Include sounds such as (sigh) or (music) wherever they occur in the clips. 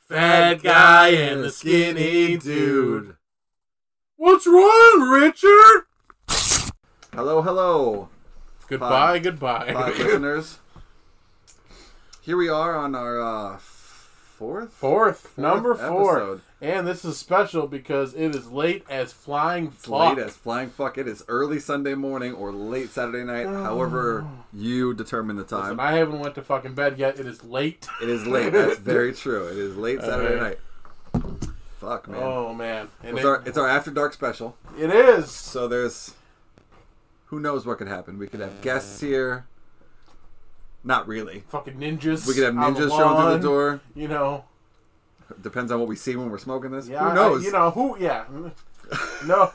Fat guy and the skinny dude. What's wrong, Richard? Hello, hello, Goodbye, goodbye. (laughs) pod listeners. Here we are on our uh, fourth. Fourth, number four. episode. And this is special because it is late as flying It's fuck. late as flying fuck. It is early Sunday morning or late (sighs) Saturday night, however you determine the Listen, time. I haven't went to fucking bed yet. It is late. It is late. That's very true. It is late Saturday Alright. night. Fuck man. Oh man, and It's it- our it's our after dark special. it is. So there's who knows what could happen. We could have guests here. Not really. Fucking ninjas. We could have on the ninjas showing through lawn, the door. You know. Depends on what we see when we're smoking this. Yeah. I- who knows? you know who? (laughs) Yeah. No,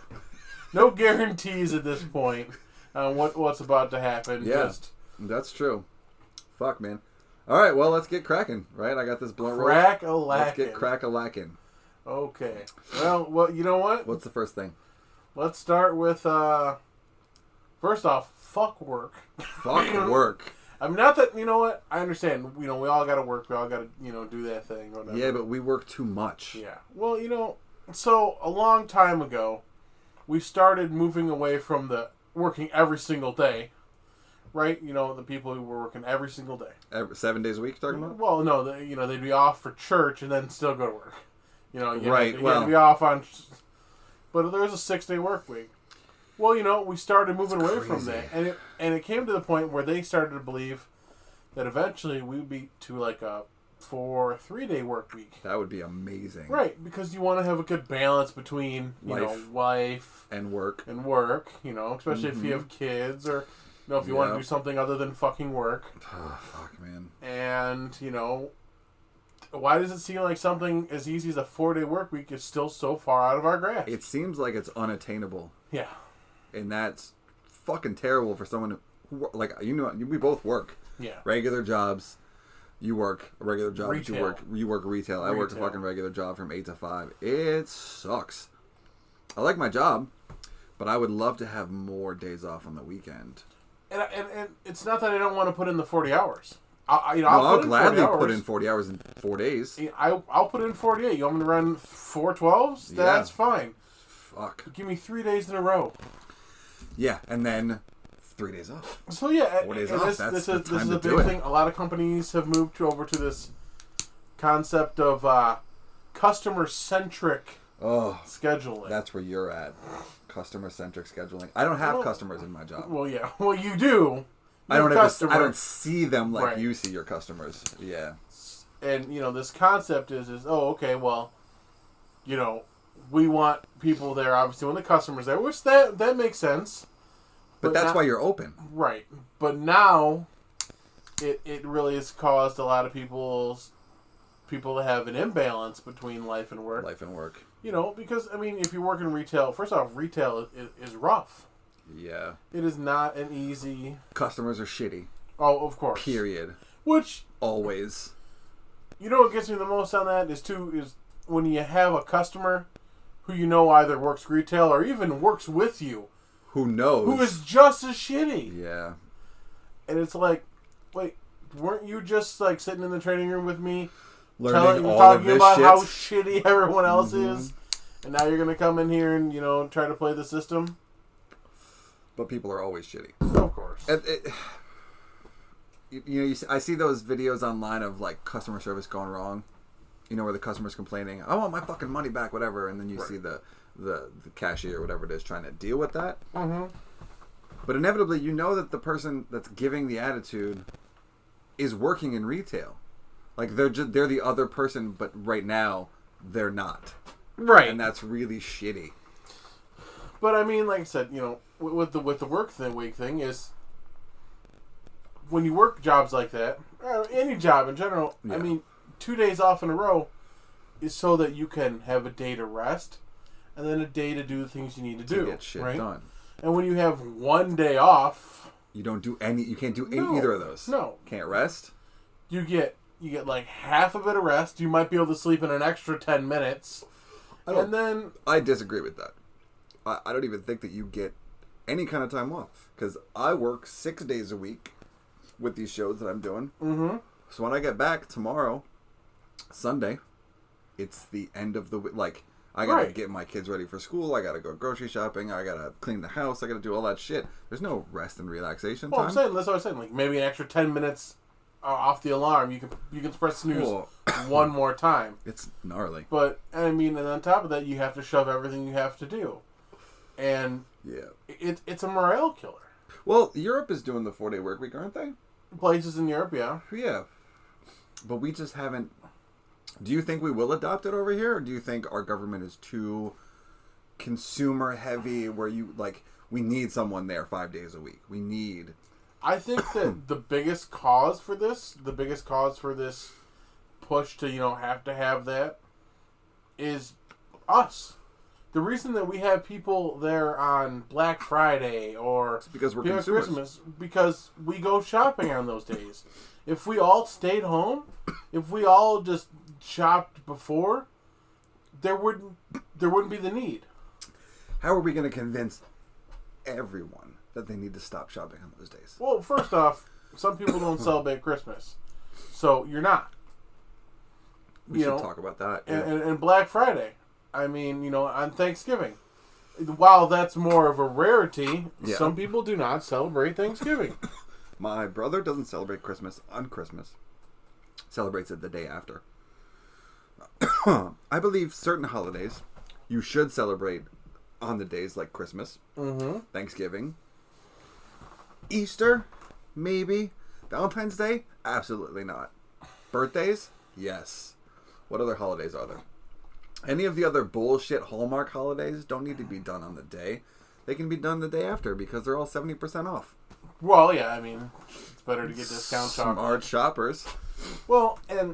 no guarantees at this point on what what's about to happen. Yeah. Just That's true. Fuck man. All right, well let's get cracking. Right, I got this blunt roll. crack a Let's lack. get crack a lacking. Okay. Well, well, you know what? What's the first thing? Let's start with uh first off, fuck work. Fuck work. I mean, not that you know what I understand. You know, we all got to work. We all got to you know do that thing. Or whatever. Yeah, but we work too much. yeah. Well, you know, so a long time ago, we started moving away from the working every single day, right? You know, the people who were working every single day. Every, seven days a week, you're talking about? Well, no, they, you know, they'd be off for church and then still go to work. You know, you Right, Had to, you had well- to be off on, but there was a six day work week. Well, you know, we started moving away from crazy. that, and it and it came to the point where they started to believe that eventually we'd be to like a four three day work week. That would be amazing. Right, because you want to have a good balance between you Life. know life And work. and work. You know, especially Mm-hmm. if you have kids or you know if you want Yeah. to do something other than fucking work Oh, fuck, man. and you know why does it seem like something as easy as a four day work week is still so far out of our grasp It seems like it's unattainable, yeah and that's fucking terrible for someone who, who like, you know, we both work yeah regular jobs. You work a regular job. but You Retail. work. You work retail. I work a Retail. fucking regular job from eight to five. It sucks. I like my job, but I would love to have more days off on the weekend. and, and, and it's not that i don't want to put in the 40 hours i, I you know No, i'll, I'll put in gladly 40 put hours. in forty hours in four days. I, I'll put in 48. You want me to run 412s? Yeah. That's fine. Fuck. Give me three days in a row. Yeah, and then three days off. So, yeah, and- Four days and off, this, that's this the is, this time is to a do big it. thing. A lot of companies have moved to, over to this concept of uh, customer centric Oh, scheduling. that's where you're at. Customer centric scheduling. I don't have Well- customers in my job. Well, yeah. (laughs) Well, you do. I don't Your ever, customer. I don't see them like Right. you see your customers. Yeah. And you know, this concept is is oh, okay. Well, you know, we want people there obviously when the customers there, which that that makes sense, But, But that's not- why you're open. right? But now, it it really has caused a lot of people's people to have an imbalance between life and work. Life and work. You know, because I mean, if you work in retail, first off, retail is, is rough. Yeah. It is not an easy. Customers are shitty. Oh, of course. Period. Which Always. You know what gets me the most on that is too is when you have a customer who you know either works retail or even works with you Who knows? who is just as shitty. Yeah. And it's like, wait, weren't you just like sitting in the training room with me Learning all of talking this about shit. Mm-hmm. how shitty (laughs) everyone else is? And now you're gonna come in here and you know try to play the system? but people are always shitty. Of course. It- it- (sighs) you you know, you see, I see those videos online of like customer service gone wrong. You know, where the customer's complaining, "I want my fucking money back," whatever, and then you see the, the the cashier, or whatever it is, trying to deal with that. Mhm. But inevitably, you know that the person that's giving the attitude is working in retail. Like they're just they're the other person, but right now they're not, Right. and that's really shitty. But I mean, like I said, you know, with, with the with the work thing, week thing is when you work jobs like that, or any job in general. Yeah. I mean, two days off in a row is so that you can have a day to rest, and then a day to do the things you need to, To do. get shit right? done. And when you have one day off, You don't do any. You can't do any, No. either of those. No. Can't rest. you get you get like half a bit of rest. You might be able to sleep in an extra ten minutes, I don't and then I disagree with that. I, I don't even think that you get any kind of time off because I work six days a week with these shows that I'm doing. mhm, So when I get back tomorrow, Sunday, it's the end of the w- like I gotta Right. get my kids ready for school. I gotta go grocery shopping. I gotta clean the house. I gotta do all that shit. There's no rest and relaxation Well, I'm time. saying that's what I'm saying. Like maybe an extra ten minutes uh, off the alarm, you can you can press snooze Well, (coughs) one more time. it's gnarly. But I mean, and on top of that, you have to shove everything you have to do, and Yeah. it, it's a morale killer. Well, Europe is doing the four day work week, aren't they? Places in Europe, yeah. Yeah. But we just haven't. Do you think we will adopt it over here, or do you think our government is too consumer heavy? Where you like, we need someone there five days a week. We need I think (coughs) that the biggest cause for this, the biggest cause for this push to, you know, have to have that is us. The reason that we have people there on Black Friday or because we're during consumers. Christmas because we go shopping on those days. If we all stayed home, if we all just shopped before, there wouldn't there wouldn't be the need. How are we going to convince everyone that they need to stop shopping on those days? Well, first off, some people don't celebrate Christmas, so you're not. We you should know, talk about that. and, yeah. and, and Black Friday. I mean, you know, on Thanksgiving. While that's more of a rarity, Yeah. some people do not celebrate Thanksgiving. My brother doesn't celebrate Christmas on Christmas. Celebrates it the day after. (coughs) I believe certain holidays you should celebrate on the days like Christmas, mm-hmm. Thanksgiving, Easter, maybe, Valentine's Day, absolutely not. Birthdays? Yes. What other holidays are there? Any of the other bullshit Hallmark holidays don't need to be done on the day. They can be done the day after because they're all 70% off. Well, yeah, I mean, it's better to get discount shopping. Smart shoppers. (coughs) Well, and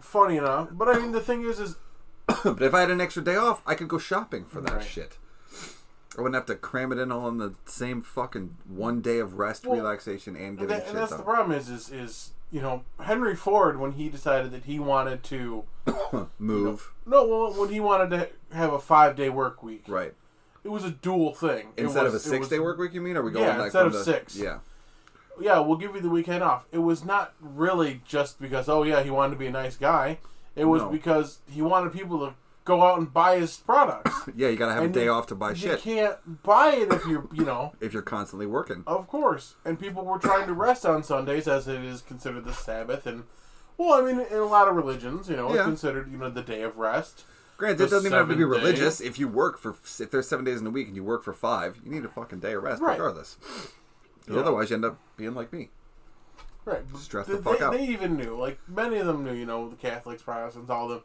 funny enough, but I mean, the thing is, is But if I had an extra day off, I could go shopping for that Right. shit. I wouldn't have to cram it in all in the same fucking one day of rest, Well, relaxation, and, and getting that- shit and that's done. the problem is, is, is you know, Henry Ford when he decided that he wanted to (coughs) Move. no, well, when he wanted to have a five day work week, Right. it was a dual thing It Instead of a was- it six day was- work week, you mean? Are we going Yeah, like instead from of the- six. Yeah. yeah, we'll give you the weekend off. It was not really just because, oh yeah, he wanted to be a nice guy. It was No. because he wanted people to go out and buy his products. Yeah, you gotta have And a day you- off to (coughs) buy you shit can't buy it if you're, you know, if you're constantly working. of course. And people were trying to rest on Sundays as it is considered the Sabbath. And well, I mean, in a lot of religions, you know, Yeah. it's considered you know the day of rest. Granted, The it doesn't even have to be seven day- religious. If you work for, if there's seven days in a week and you work for five, you need a fucking day of rest Right. regardless. 'Cause Yeah. Otherwise, you end up being like me. Right. but Stress th- the fuck they, out. They even knew, like many of them knew, you know, the Catholics, Protestants, all of them.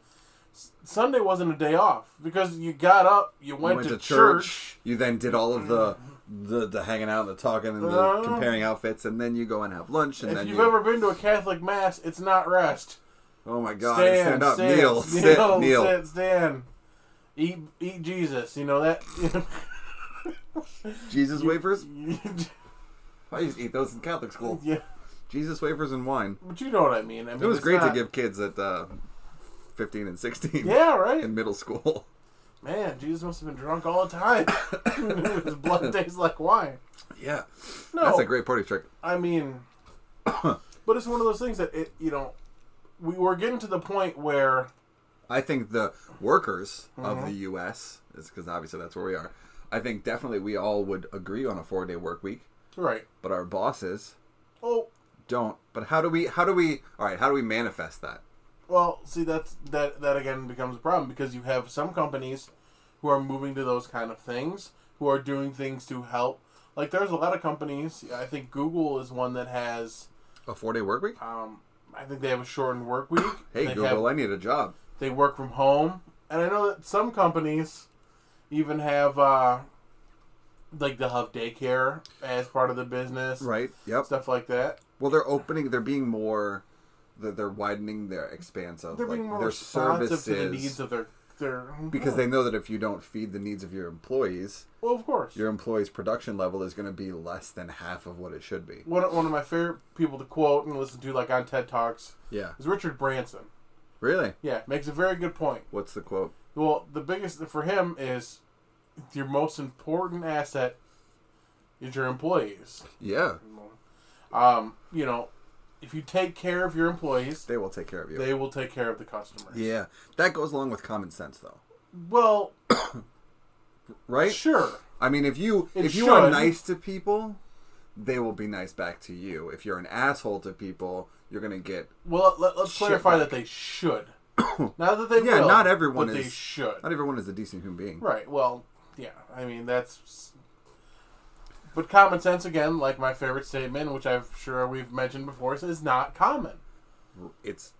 S- Sunday wasn't a day off because you got up, you You went, to, church. You then did all of the the, the hanging out, the talking, and the Uh, comparing outfits, and then you go and have lunch, and If then you've you, ever been to a Catholic mass, it's not rest. oh my god, stand, stand up, stand, kneel, (laughs) sit, kneel, kneel. sit, stand. Eat, eat Jesus. You know that. (laughs) Jesus wafers. yeah, I used to eat those in Catholic school. Jesus wafers and wine. but you know what I mean. I mean It was it's great not- to give kids at uh, fifteen and sixteen Yeah, right. (laughs) in middle school. (laughs) Man, Jesus must have been drunk all the time. (coughs) His blood (laughs) tastes like wine. Yeah, No, that's a great party trick. I mean, (coughs) but it's one of those things that it, you know, we were getting to the point where I think the workers Mm-hmm. of the U.S. is because obviously that's where we are. I think definitely we all would agree on a four-day work week, right. but our bosses Oh, don't but how do we how do we all right how do we manifest that Well, see, that's that that again becomes a problem because you have some companies who are moving to those kind of things, who are doing things to help. Like there's a lot of companies. I think Google is one that has. a four day work week Um, I think they have a shortened work week. hey they have- google i need a job they work from home, and I know that some companies even have uh, like they'll have daycare as part of the business, right yep Stuff like that. well they're opening they're being more they're, they're widening their expanse of They're like being more their responsive services to the needs of their their because they know that if you don't feed the needs of your employees well, of course, your employees production level is going to be less than half of what it should be one, one of my favorite people to quote and listen to, like on TED Talks, yeah is Richard Branson. really Yeah, makes a very good point. what's the quote Well, the biggest for him is your most important asset is your employees. yeah Um, you know, if you take care of your employees, They will take care of you. they will take care of the customers. yeah, that goes along with common sense, though, Well, right? sure. I mean, if you It if you are should. nice to people, they will be nice back to you. If you're an asshole to people, you're gonna get Well, let, let's Shit, clarify that Mike. they (coughs) should. not that they Yeah, will. not everyone but is- They should. not everyone is a decent human being. Right. Well, yeah. I mean, that's. But common sense, again, like my favorite statement, which I'm sure we've mentioned before, is not common. It's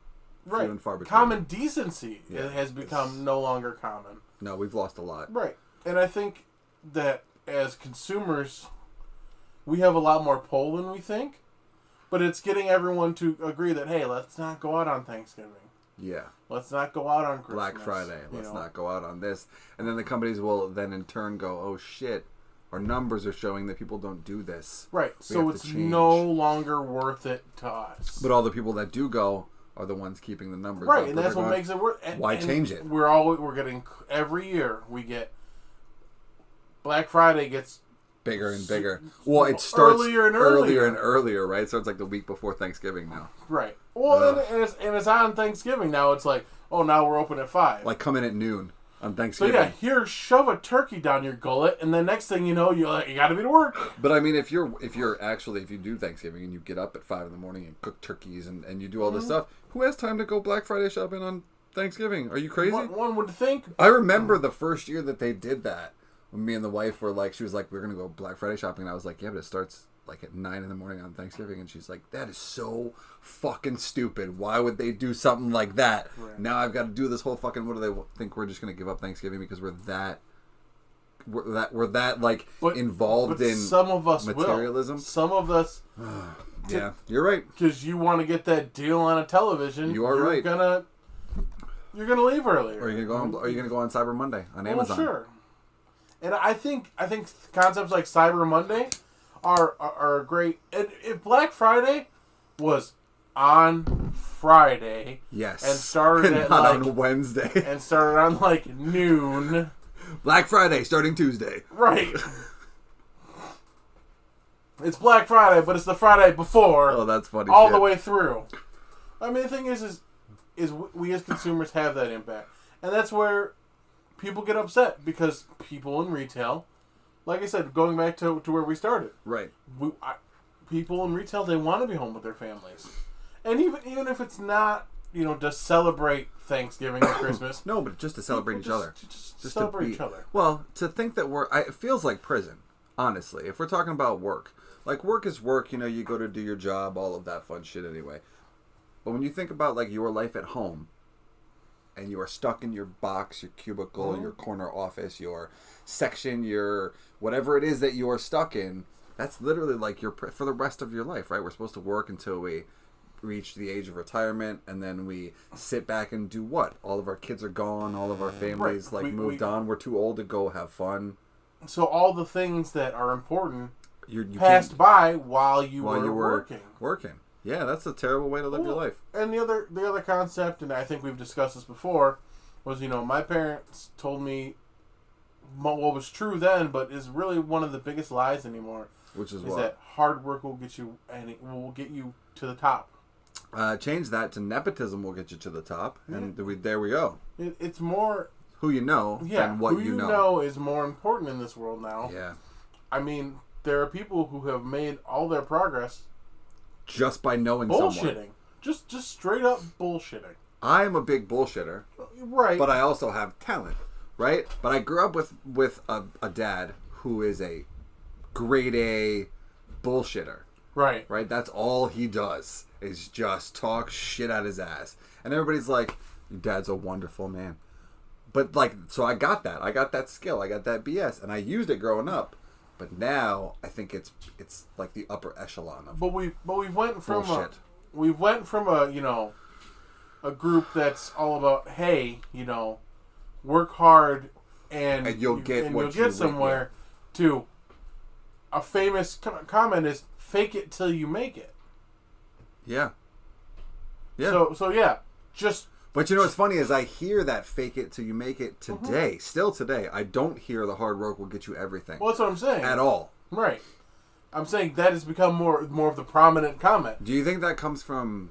Right. and far between. Common decency Yeah, has become it's- no longer common. no, we've lost a lot. Right. And I think that as consumers, we have a lot more pull than we think. But it's getting everyone to agree that, hey, let's not go out on Thanksgiving. Yeah, Let's not go out on Christmas. Black Friday. you Let's know? not go out on this. And then the companies will then in turn go, oh shit, our numbers are showing that people don't do this. Right. have So to it's change. no longer worth it to us. But all the people that do go are the ones keeping the numbers. up. right, and But that's they're what going, makes it worth. And, why and change it? We're all we're getting every year. We get Black Friday gets bigger and bigger. Well, it starts Earlier and earlier earlier. and earlier, right? So it's like the week before Thanksgiving now. right. Well, and, and it's and it's on Thanksgiving now. It's like oh, now we're open at five. Like come in at noon on so Thanksgiving. yeah, here shove a turkey down your gullet, and the next thing you know, you like, you got to be to work. But I mean, if you're if you're actually if you do Thanksgiving and you get up at five in the morning and cook turkeys and, and you do all this stuff, who has time to go Black Friday shopping on Thanksgiving? Are you crazy? One, one would think I remember the first year that they did that when me and the wife were like, she was like, we're gonna go Black Friday shopping, and I was like, yeah, but it starts like at nine in the morning on Thanksgiving, and she's like, that is so fucking stupid. Why would they do something like that? Now I've got to do this whole fucking. What do they think? We're just gonna give up Thanksgiving because we're that. We're that we're that like But- involved but in some of us will. materialism? Some of us yeah, you're right. because you want to get that deal on a television. You are you're right. Gonna you're gonna leave earlier. Are you gonna go? On, are you gonna go on Cyber Monday on Amazon? Well, Oh, sure. And I think I think concepts like Cyber Monday are are, are great. And if Black Friday was on Friday Yes, And (laughs) started at, not like- on Wednesday. and started on like noon, Black Friday starting Tuesday. right? it's Black Friday, but it's the Friday before Oh, that's funny. all shit. the way through. I mean, the thing is, is is we- we as consumers have that impact, and that's where people get upset because people in retail, like I said, going back to, to where we started, Right. we, I, people in retail they want to be home with their families, and even even if it's not you know to celebrate Thanksgiving (coughs) or Christmas, No, but just to celebrate each just- other. just, Just to celebrate be- each other. Well, to think that we're I, it feels like prison. Honestly, if we're talking about work, like work is work. You know, you go to do your job, all of that fun shit. Anyway, but when you think about like your life at home, and you are stuck in your box, your cubicle, Mm-hmm. your corner office, your section, your whatever it is that you are stuck in, that's literally like your pr- for the rest of your life, right? We're supposed to work until we reach the age of retirement and then we sit back and do what? All of our kids are gone, all of our families like We- moved we- on, we're too old to go have fun. So all the things that are important You're, you passed can't by while you while were you were working. working. Yeah, that's a terrible way to live your Well, life. And the other the other concept, and I think we've discussed this before, was you know my parents told me mo- what was true then, but is really one of the biggest lies anymore. Which is, Is what that hard work will get you and it will get you to the top. uh, change that to nepotism will get you to the top, and we, there we go. It, it's more Who you know yeah. than what who you, know. is more important in this world now. Yeah, I mean, there are people who have made all their progress just by knowing someone. bullshitting, just just straight up bullshitting. I am a big bullshitter. Right. but I also have talent, right? But I grew up with with a, a dad who is a grade A bullshitter, right. right? That's all he does is just talk shit out his ass, and everybody's like, "Your dad's a wonderful man," but like, so I got that, I got that skill, I got that BS, and I used it growing up. But now I think it's it's like the upper echelon of But we but we went from a, Bullshit. we went from a you know a group that's all about hey you know work hard and, And you'll get what you want, somewhere to a famous co- comment is fake it till you make it. yeah, yeah. So so yeah, just But you know what's funny is I hear that fake it till you make it today. Still today, I don't hear the hard work will get you everything well that's what I'm saying at all. Right. I'm saying that has become more more of the prominent comment. Do you think that comes from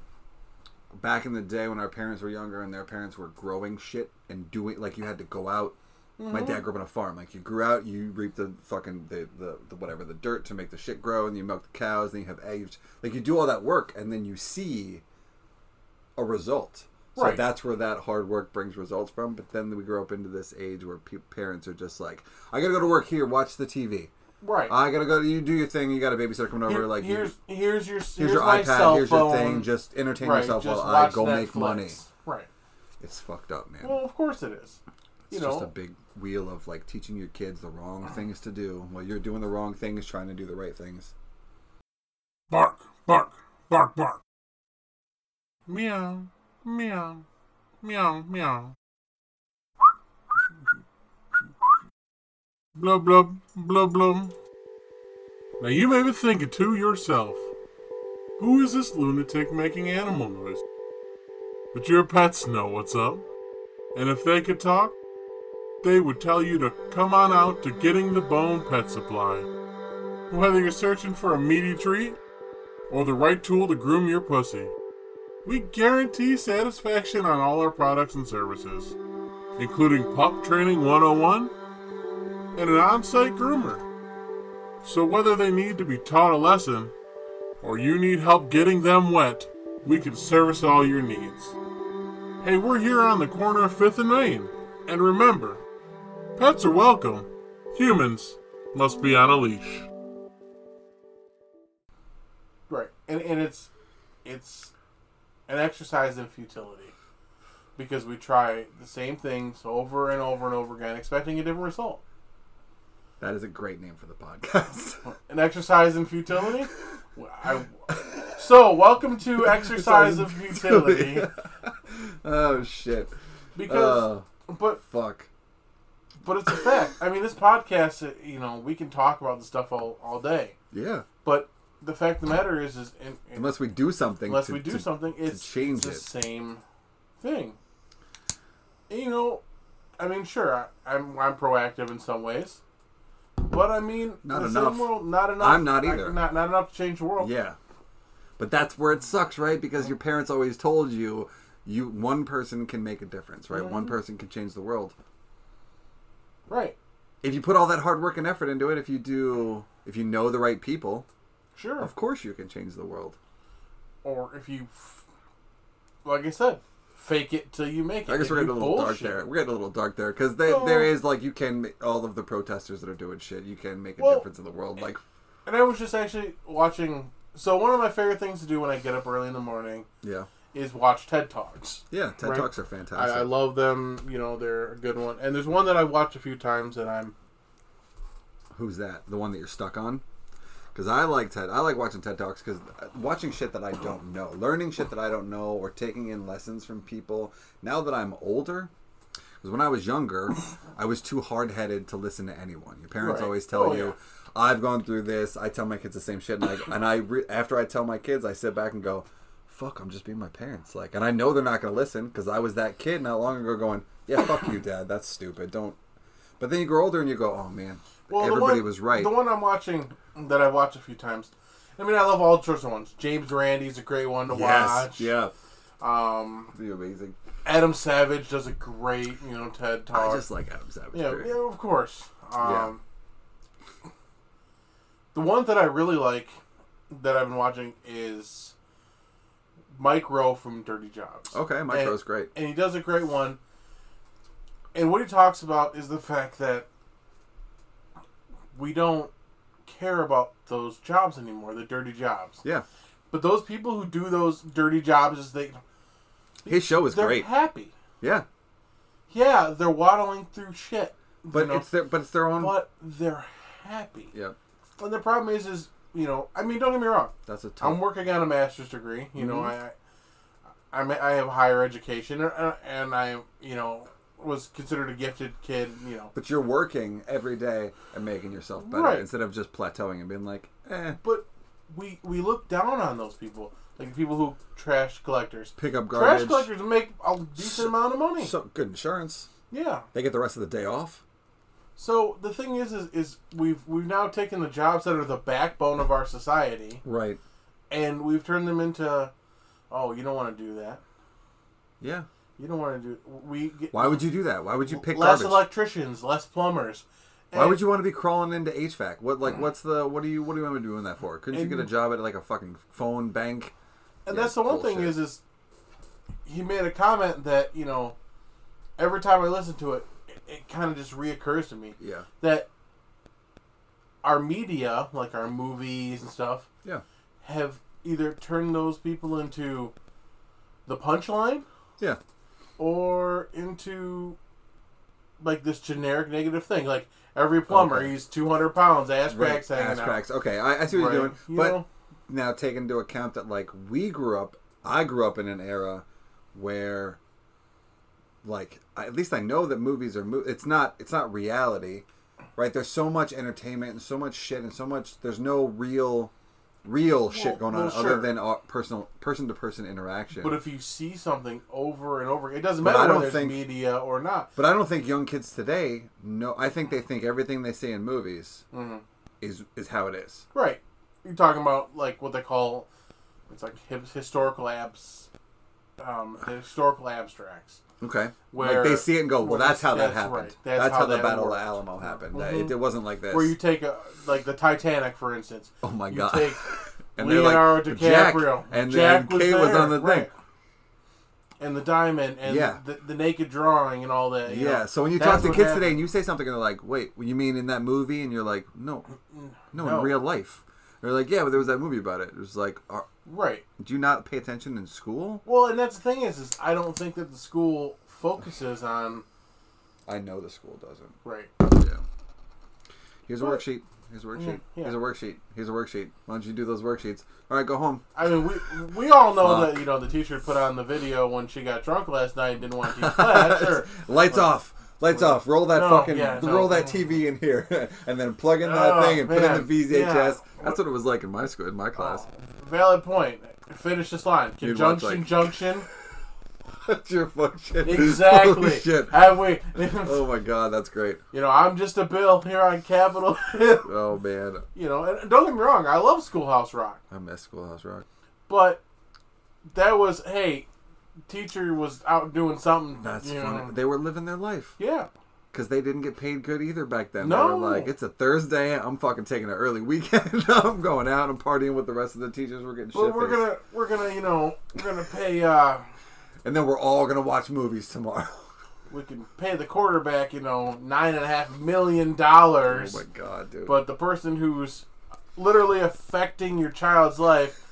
back in the day when our parents were younger and their parents were growing shit and doing like you had to go out? My Mm-hmm. dad grew up on a farm. Like you grew out, you reap the fucking the, the, the whatever the dirt to make the shit grow, and you milk the cows, and you have eggs. Like you do all that work, and then you see a result. So Right. that's where that hard work brings results from. But then we grow up into this age where pe- parents are just like, "I gotta go to work here, watch the TV. Right. I gotta go. You do your thing. You got a babysitter coming over. Here- like you- here's here's your here's, your my iPad, cell here's phone. your thing. Just entertain right, yourself just while I watch go make Netflix. money. Right. It's fucked up, man. Well, of course it is. it's you know, just a big wheel of like teaching your kids the wrong things to do while you're doing the wrong things, trying to do the right things. bark, bark, bark, bark. Meow, meow, meow, meow. Blub, blub, blub, blub. Now you may be thinking to yourself, who is this lunatic making animal noise? But your pets know what's up. And if they could talk, they would tell you to come on out to Getting the Bone Pet Supply. Whether you're searching for a meaty treat or the right tool to groom your pussy, we guarantee satisfaction on all our products and services, including Pup Training 101 and an on site groomer. So, whether they need to be taught a lesson or you need help getting them wet, we can service all your needs. Hey, we're here on the corner of 5th and Main, and remember pets are welcome, humans must be on a leash. Right, and and it's it's an exercise in futility because we try the same things over and over and over again, expecting a different result. That is a great name for the podcast. (laughs) An exercise in (laughs) futility. I, so welcome to exercise of futility Uh. oh shit. (laughs) because Oh but fuck. but it's a fact. I mean, this podcast, you know, we can talk about this stuff all all day, Yeah. but the fact of the matter is, is in, in- Unless we do something. unless to- we do to- something, it's change the it. same thing. And, you know, I mean, sure, I, I'm I'm proactive in some ways, but I mean, Not the enough. Same world, not enough. I'm not I- either. not not enough to change the world. Yeah. But that's where it sucks, right? Because your parents always told you you one person can make a difference, right? One Mm-hmm. person can change the world. Right. If you put all that hard work and effort into it, if you do if you know the right people, Sure. of course you can change the world. Or if you, f- like I said, fake it till you make it. I guess If we're you getting a little dark bullshit- there. We're getting a little dark there because there is like you can ma- all of the protesters that are doing shit. You can make a Well, difference in the world. Like And I was just actually watching. So one of my favorite things to do when I get up early in the morning yeah, is watch TED talks. yeah. TED Right. talks are I, fantastic. I love them. You know, they're a good one. And there's one that I've watched a few times that I'm. Who's that? The one that you're stuck on? Because I like TED. I like watching TED talks because watching shit that I don't know, learning shit that I don't know, or taking in lessons from people. Now that I'm older, because when I (laughs) was younger, I was too hard headed to listen to anyone. Your parents Right. always tell Oh, you. yeah. I've gone through this. I tell my kids the same shit, and I and I re- after I tell my kids, I sit back and go, "Fuck, I'm just being my parents." Like, and I know they're not gonna listen because I was that kid not long ago going, "Yeah, fuck you, dad. That's stupid. Don't." But then you grow older and you go, "Oh man, Well, the everybody one- was right." The one I'm watching that I've watched a few times. I mean, I love all sorts of ones. James Randi's a great one to watch. yeah, Um, be amazing. Adam Savage does a great, you know, TED talk. I just like Adam Savage. yeah, period. yeah, of course. Yeah. Um, The one that I really like that I've been watching is Mike Rowe from Dirty Jobs. Okay, Mike And- Rowe's great. and he does a great one. And what he talks about is the fact that we don't care about those jobs anymore, the dirty jobs. Yeah, But those people who do those dirty jobs is they his show is they're great. happy. Yeah, Yeah, they're waddling through shit. you but know, it's their but it's their own. but they're happy. yeah, And the problem is is, you know, I mean don't get me wrong. that's a I'm tough. working on a master's degree. You know, Mm-hmm. I, I, I'm- I have higher education, and- and I, you know, was considered a gifted kid. You know, but you're working every day and making yourself better Right. instead of just plateauing and being like, eh, but we we look down on those people, like people who trash collectors. pick up Trash garbage. collectors make a decent amount of money. So good insurance. yeah, They get the rest of the day off. So the thing is, is, is we've we've now taken the jobs that are the backbone of our society, Right. and we've turned them into, oh, you don't want to do that. Yeah. You don't want to do. We get Why would you do that? Why would you pick less garbage? electricians, less plumbers. Why And- would you want to be crawling into HVAC? What Mm. like what's the what do you what do you want to be doing that for? Couldn't you get a job at like a fucking phone bank? And Yeah, that's the one thing bullshit. is is he made a comment that you know every time I listen to it, it, it kind of just reoccurs to me Yeah. that our media, like our movies and stuff, Yeah. have either turned those people into the punchline Yeah. or into like this generic negative thing. Like every plumber, Okay. he's two hundred pounds, ass Right. cracks hanging Ass out. cracks. Okay, I, I see what Right. you're doing. You but know? now take into account that like we grew up i grew up in an era where like I- at least i know that movies are mo- it's not it's not reality right there's so much entertainment and so much shit and so much there's no real real shit going on well, sure. other than uh, personal person to person interaction But if you see something over and over, it doesn't But I matter don't whether it's think- media or not. But I don't think young kids today know. I think they think everything they see in movies Mm-hmm. is is how it is. Right. You're talking about like what they call it's like his, historical abs, um, the historical abstracts. Okay. Where- like they see it and go, well, where that's how that that's happened. right. That's, how, the that Battle worked." of Alamo happened. That- Mhm. It, it wasn't like this. Where you take a like the Titanic, for instance. Oh my you god! Take and Leonardo they're like DiCaprio, Jack, and Jack then was Kate was there, on the thing. right. and the diamond and Yeah. the, the naked drawing and all that. you Yeah. know. So when you That's talk to what kids today and you say something and they're like, "Wait, you mean in that movie?" and you're like, "No, no, No. in real life." They're like, "Yeah, but there was that movie about it." It was like, are, right. "Do you not pay attention in school?" Well, and that's the thing is, is I don't think that the school focuses on I know the school doesn't. right. Yeah. Here's a But- worksheet. Here's a worksheet. yeah. Here's a worksheet. Here's a worksheet. Why don't you do those worksheets? All right, go home. I mean, we we all know Fuck. that you know the teacher put on the video when she got drunk last night and didn't want to teach (laughs) class. Oh, Sure, Lights off. Lights off. Roll that No, fucking yeah, no. roll that TV in here, (laughs) and then plug in Oh, that thing and put man, Oh. in the VHS. yeah. That's what it was like in my school, in my class. Uh, valid point. Finish this line. You'd watch, Conjunction, like- junction. (laughs) That's your function. Exactly. (laughs) Holy shit. Have we? (laughs) Oh my god, that's great. You know, I'm just a bill here on Capitol. Hill. Oh man, you know, and don't get me wrong, I love Schoolhouse Rock, I miss Schoolhouse Rock. but that was hey, teacher was out doing something. That's you funny. know. They were living their life Yeah. because they didn't get paid good either back then. No. They were like, it's a Thursday. I'm fucking taking an early (laughs) weekend. I'm going out. I'm partying with the rest of the teachers. We're getting Well, shit we're gonna we're gonna you know we're gonna pay uh and then we're all gonna watch movies tomorrow. (laughs) Oh we can pay the quarterback you know nine and a half million oh dollars. my god, dude. but the person who's literally affecting your child's life,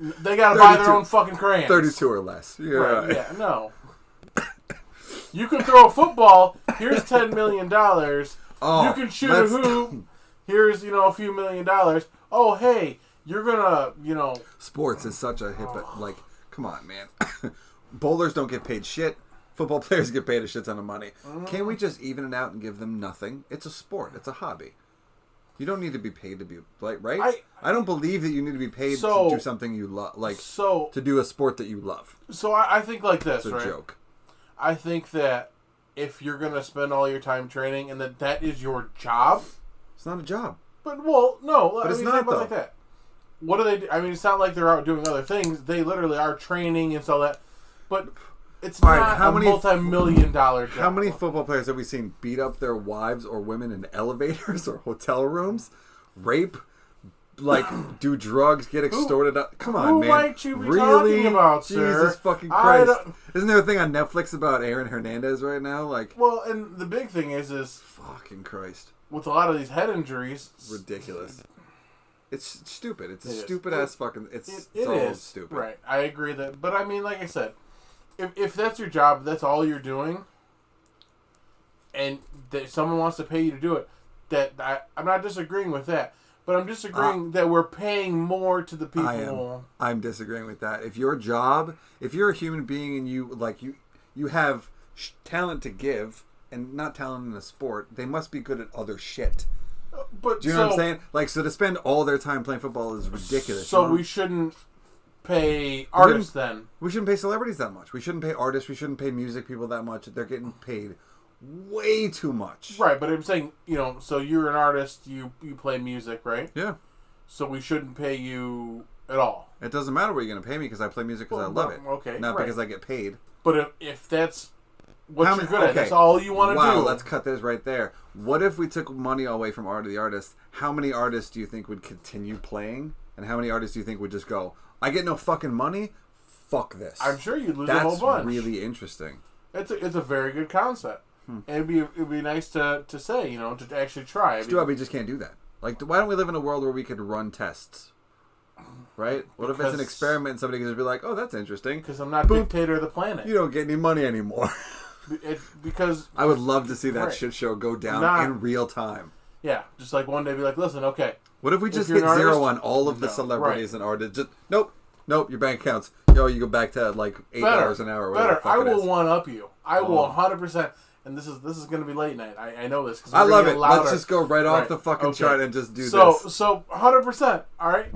they gotta buy their 32 own fucking crayons. Thirty-two or less. Yeah. Right, yeah, no. You can throw a football. Here's ten million dollars. Oh, you can shoot let's- a hoop. Here's you know a few million dollars. Oh hey, you're gonna you know Sports is such a hip. Like, come on, man. (laughs) Bowlers don't get paid shit. Football (laughs) players get paid a shit ton of money. Can we just even it out and give them nothing? It's a sport. It's a hobby. You don't need to be paid to be like right. I- I, don't believe that you need to be paid So- to do something you love, like so to do a sport that you love. so I, I think like this It's a right. joke. I think that if you're gonna spend all your time training and that that is your job, It's not a job. But well, no, I it's mean, not, think about it though. like that. What do they? Do? I mean, it's not like they're out doing other things. They literally are training and so that. But it's All not right, how a many- multi-million dollar job. How many football players have we seen beat up their wives or women in elevators (laughs) or hotel rooms, rape, (clears throat) like do drugs, get extorted? up? Come on, who man! might you be talking about, Jesus sir? fucking I Christ! don't- Isn't there a thing on Netflix about Aaron Hernandez right now? Like, Well, and the big thing is, is fucking Christ, with a lot of these head injuries, ridiculous! It's stupid. It's a It is. stupid ass fucking. It's it, it's it all is stupid. Right, I agree that. But I mean, like I said, if if that's your job, that's all you're doing, and that someone wants to pay you to do it, that I, I'm not disagreeing with that. But I'm disagreeing that we're paying more to the people. Uh, I am. I'm disagreeing with that. If your job, if you're a human being and you like you, you have sh- talent to give and not talent in the sport, they must be good at other shit. But Do you so, know what I'm saying? Like, so to spend all their time playing football is ridiculous. So you know? we shouldn't pay artists then. we shouldn't pay celebrities that much. We shouldn't pay artists. We shouldn't pay music people that much. They're getting paid way too much. Right, but I'm saying, you know, so you're an artist, you you play music, right? Yeah. So we shouldn't pay you at all. It doesn't matter what you're going to pay me because I play music because Well, I love no, it. okay, Not right. because I get paid. But if, if that's what How you're many- good at, okay. that's all you want to Wow, do. let's cut this right there. What if we took money away from Art of the Artist? How many artists do you think would continue playing? And how many artists do you think would just go, I get no fucking money? Fuck this. I'm sure you'd lose That's a whole bunch. really Hmm. interesting. It's a, it's a very good concept. And it'd be it'd be nice to, to say, you know, to actually try. I mean, Too bad we just can't do that. Like, why don't we live in a world where we could run tests? Right? What if it's an Because- experiment and somebody could just be like, oh, that's interesting. because I'm not Boop. dictator of the planet. You don't get any money anymore. (laughs) It, because I would love to see that Right. shit show go down Nah. in real time. yeah, just like one day be like, listen, okay, What if we just you're hit an zero on artist- all of the No, celebrities and artists? Just nope, nope. Your bank accounts. Yo, you go back to like eight better, dollars an hour. whatever the better. fuck I it will is. one up you. I Oh. will 100. percent And this is this is going to be late night. I, I know this. 'cause I we're love gonna it. get Let's louder. just go right off Right. the fucking Okay. chart and just do so this. so 100. percent All right.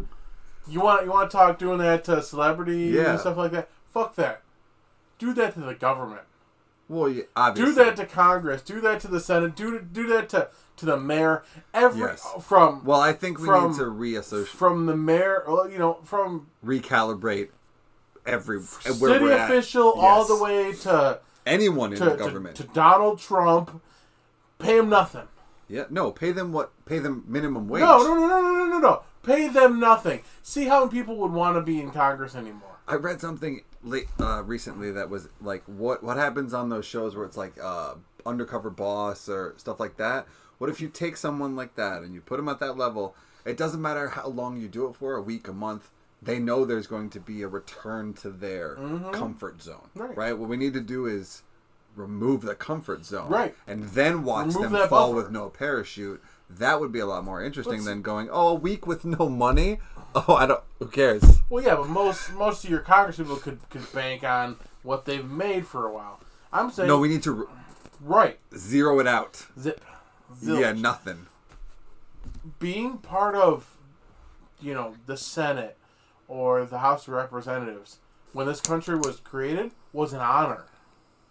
You want you want to talk doing that to celebrities Yeah. and stuff like that? Fuck that. Do that to the government. Well, yeah, obviously. do that to Congress. Do that to the Senate. Do do that to, to the mayor. Every Yes. from Well, I think we from- need to reassociate, from the mayor. well, You know, from recalibrate every where city we're at. official all Yes. the way to Anyone in to, the to- government. to Donald Trump. Pay him nothing. yeah, no, pay them what? Pay them minimum wage. No, no, no, no, no, no, no, no. Pay them nothing. See how many people would want to be in Congress anymore. I read something late uh, recently that was like, what what happens on those shows where it's like uh, undercover boss or stuff like that? What if you take someone like that and you put them at that level? It doesn't matter how long you do it for—a week, a month. They know there's going to be a return to their comfort zone, Mm-hmm. Right. What we need to do is remove the comfort zone, Right. And then watch Remove them that fall buffer. with no parachute. That would be a lot more interesting than going, oh, a week with no money. Oh, I don't. Who cares? Well, yeah, but most most of your Congress people could could bank on what they've made for a while. I'm saying No, we need to re- right. zero it out. Zip. Zilch. Yeah, nothing. being part of you know the senate or the house of representatives when this country was created was an honor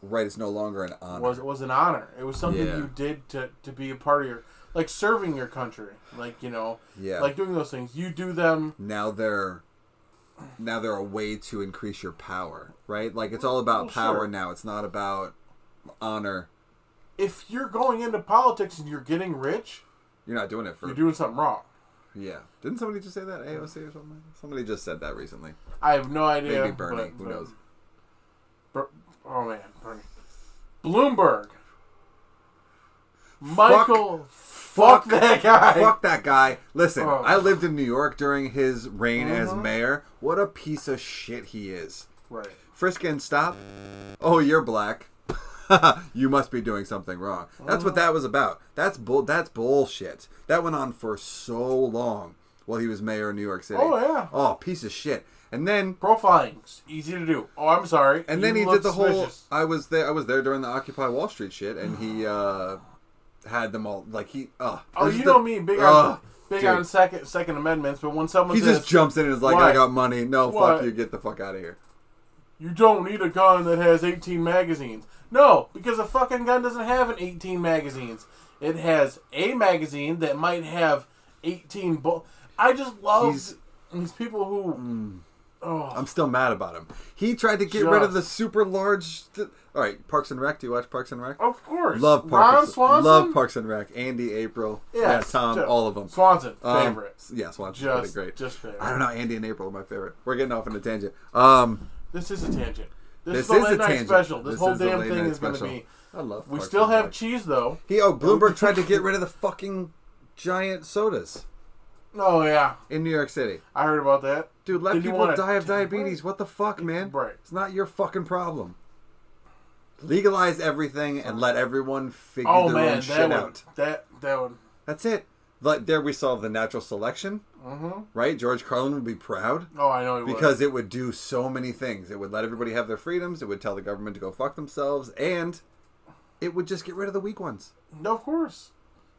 Right, it's no longer an honor. was was an honor it was something Yeah. you did to, to be a part of your like serving your country like you know Yeah. like doing those things you do them now they're now they're a way to increase your power, right? Like it's all about Well, power Oh, sure. now. It's not about honor. if you're going into politics and you're getting rich You're not doing it for you're doing something wrong yeah. Didn't somebody just say that AOC or something? Somebody just said that recently. i have no idea Maybe Bernie. but- Who but- knows? Ber- oh man bernie bloomberg michael fuck, that guy (laughs) Fuck that guy. Listen, Oh. Uh-huh. I lived in New York during his reign as mayor. What a piece of shit he is. right frisk and stop. Oh, you're black. (laughs) you must be doing something wrong. That's what that was about. That's bull. That's bullshit. That went on for so long while he was mayor of New York City. Oh, yeah. Oh, piece of shit. And then, Profiling's easy to do. Oh, I'm sorry. and then You he look did the whole. suspicious. I was there. I was there during the Occupy Wall Street shit, and he uh, had them all. Like he. Uh, Oh, you know me, big on big on second Second Amendments, but when someone He says just jumps in and is like, Why? "I got money. No, Why? fuck you. Get the fuck out of here." you don't need a gun that has 18 magazines, no, because a fucking gun doesn't have an 18 magazines. It has a magazine that might have 18. Bu- I just love He's- these people who. Oh, I'm still mad about him. He tried to get rid of Just- the super large. Th- All right, Parks and Rec. Do you watch Parks and Rec? of course, Love Ron Parks. Oh, Swanson. Love Parks and Rec. Andy, April, yeah, Yes, Tom, just- all of them. Swanson, Um, favorite. Yeah, Swanson's Just pretty great. just favorite. I don't know. Andy and April are my favorite. We're getting off on a tangent. Um, This is a tangent. This, this is the is late a night tangent. special. This, whole is the damn late thing night is going to special. be. I love. We Parks still and have Rec. cheese though. He (laughs) oh Bloomberg tried to get rid of the fucking giant sodas Oh yeah, in New York City. I heard about that. Dude, let Did you people wanna die of take a break? diabetes. What the fuck, man? Right. It's not your fucking problem. Legalize everything and let everyone figure Oh their man, own shit that would, out. that that would. That's it. Like there, we solve the natural selection, mm-hmm. right? George Carlin would be proud Oh, I know it would. because it would do so many things. It would let everybody have their freedoms. It would tell the government to go fuck themselves, and it would just get rid of the weak ones. no, of course,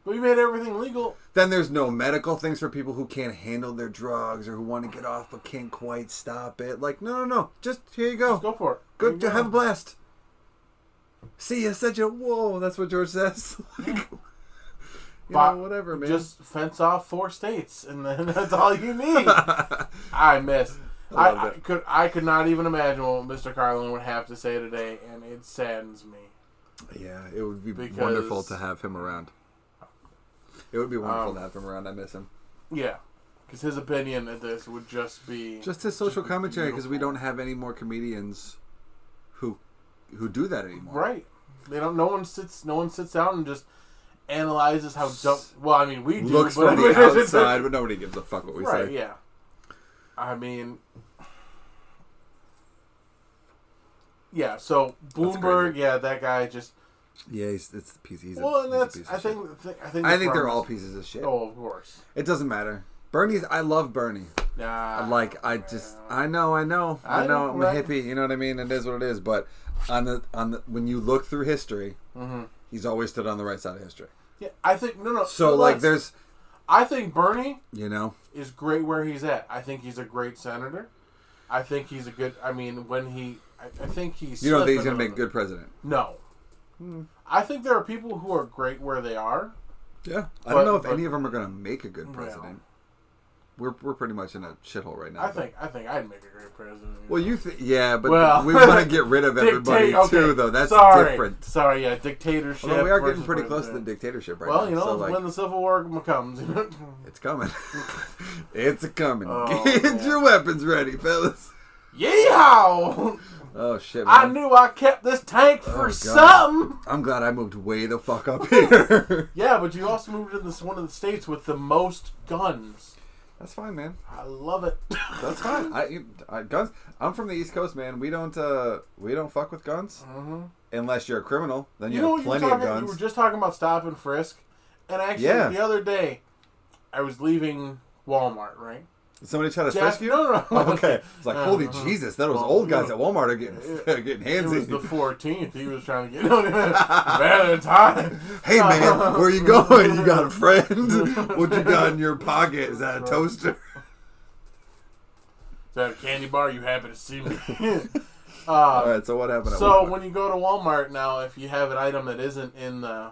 we made everything legal. Then there's no medical things for people who can't handle their drugs or who want to get off but can't quite stop it. Like, no, no, no. Just here you go. Go for it. Good. There you Have a blast. See, you said you. Whoa, that's what George says. (laughs) like, you But know, whatever, man. Just fence off four states, and then (laughs) that's all you (laughs) need. I miss. I, love I it. could I could not even imagine what Mr. Carlin would have to say today, and it saddens me. yeah, it would be Because- wonderful to have him around. It would be wonderful Um, to have him around. I miss him. Yeah, because his opinion of this would just be Just his social be commentary because we beautiful. don't have any more comedians who who do that anymore. right. They don't. No one sits. No one sits down and just analyzes how dumb. Well, I mean, we do. Looks but (laughs) from the outside, but nobody gives a fuck what we right? say. Yeah. I mean, yeah. So Bloomberg, yeah, that guy just. Yeah, he's it's the piece. He's well, a, and he's a that's. piece of I shit. think, I think. I the think they're all premise- pieces of shit. Oh, of course. It doesn't matter. Bernie's. I love Bernie. Nah. Like I just. I know. I know. I, I know. know, I'm a right. hippie. You know what I mean. It is what it is. But on the on the when you look through history, Mhm. he's always stood on the right side of history. Yeah, I think no, no. So no, like, let's- there's I think Bernie you know. is great where he's at. I think he's a great senator. I think he's a good. I mean, when he, I, I think he's. You don't think he's gonna be a good Hmm. president? No. I think there are people who are great where they are. Yeah. I But- don't know if but- any of them are gonna make a good president. We're we're pretty much in a shithole right now. I but- think. I think I'd make a great president. Well, you think yeah, but Well, (laughs) we want to get rid of everybody (laughs) Dictate- okay, too, though. That's sorry, different. Sorry, yeah, dictatorship. Although we are versus getting pretty close to the president. dictatorship right Well, now. you know, so, like, when the Civil War comes. (laughs) It's coming. (laughs) it's a coming. Oh, (laughs) Get man. your weapons ready, fellas. Yeehaw! Oh shit, I man. knew I kept this tank for Oh, God. something. I'm glad I moved way the fuck up here. (laughs) Yeah, but you also moved in this one of the states with the most guns. That's fine, man. I love (laughs) it. That's fine. I, you- I guns. I'm from the East Coast, man. We don't uh we don't fuck with guns Mhm. unless you're a criminal. Then you, You know have what you're plenty of talking. You guns. were just talking about stop and frisk, and actually Yeah. the other day, I was leaving Walmart. Right? Somebody try to Jeff- frisk you? Oh, no, no, no. (laughs) okay. It's like No, holy no, no. Jesus, that was Well, old guys no. at Walmart are getting (laughs) (laughs) getting It was handsy. the 14th. He was trying to get (laughs) on Valentine. Hey man, (laughs) where you going? You got a friend? (laughs) what you got (laughs) in your pocket? Is that a That's right. toaster? Is that a candy bar? You happy to see (laughs) me? uh, All right. So what happened? at So Walmart? when you go to Walmart now, if you have an item that isn't in the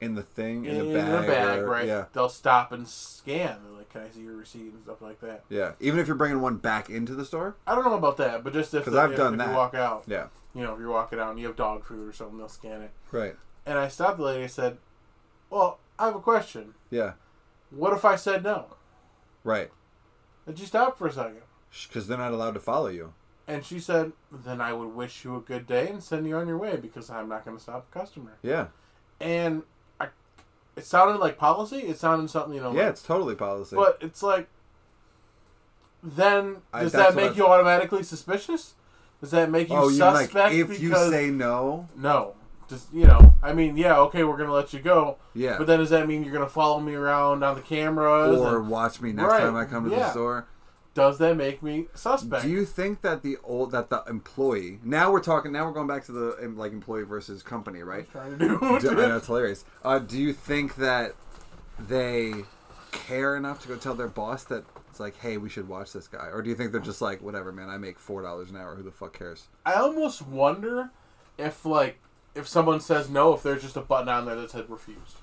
in the thing in, in, the the bag, or- right? Yeah, They'll stop and scan. They're like, "Can I see your receipt and stuff like that?" yeah. Even if you're bringing one back into the store, I don't know about that, but just if, 'Cause the- I've if, done if that. you walk out, yeah, you know, if you're walking out and you have dog food or something, they'll scan it. right, And I stopped the lady and said, Well, I have a question. yeah, What if I said no? right. And she stopped for a second. Because they're not allowed to follow you. And she said, Then I would wish you a good day and send you on your way because I'm not going to stop a customer. Yeah, And I, it sounded like policy. It sounded something, you know. yeah. like- It's totally policy. but it's like, then I- does that that's what make I- you automatically suspicious? Does that make you oh, you like suspect? if because, you say no, no, just you know, I mean, yeah, okay, we're gonna let you go, yeah, But then does that mean you're gonna follow me around on the cameras? or And watch me next Right, time I come to the yeah. store. does that make me suspect? Do you think that the old that the employee? Now we're talking. Now we're going back to the um, like employee versus company, right? trying to do? (laughs) (laughs) do, I know, it's hilarious. Uh, do you think that they care enough to go tell their boss that it's like, hey, we should watch this guy? Or do you think they're just like, whatever, man, I make four dollars an hour. Who the fuck cares? I almost wonder if like if someone says no, if there's just a button on there that said refused,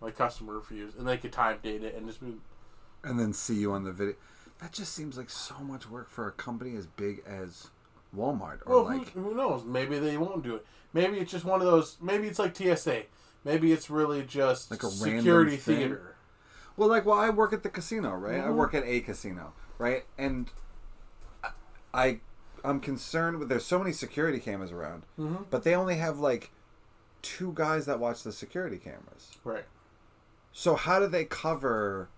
like customer refused, and they could time date it and just be And then see you on the video. That just seems like so much work for a company as big as Walmart well, or like who, who knows? Maybe they won't do it. Maybe it's just one of those. Maybe it's like TSA. Maybe it's really just Like a random security thing? theater. Well, like, well, I work at the casino, right? I Mhm. work at a casino, right? And I- I, I'm concerned with there's so many security cameras around, Mhm. but they only have like two guys that watch the security cameras. Right. So how do they cover?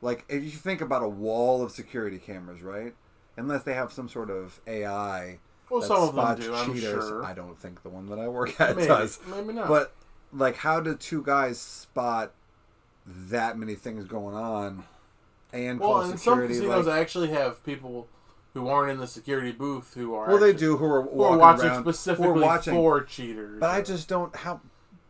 Like, if you think about a wall of security cameras, right? Unless they have some sort of AI Well, that some of them spots do. I'm cheaters. sure. I don't think the one that I work at maybe, does. maybe not. But like, how do two guys spot that many things going on and Well, call and security? some casinos like, actually have people who aren't in the security booth who are. well, they actually- do who are Who are walking watching around, specifically who are watching. for cheaters. but I or- just don't how.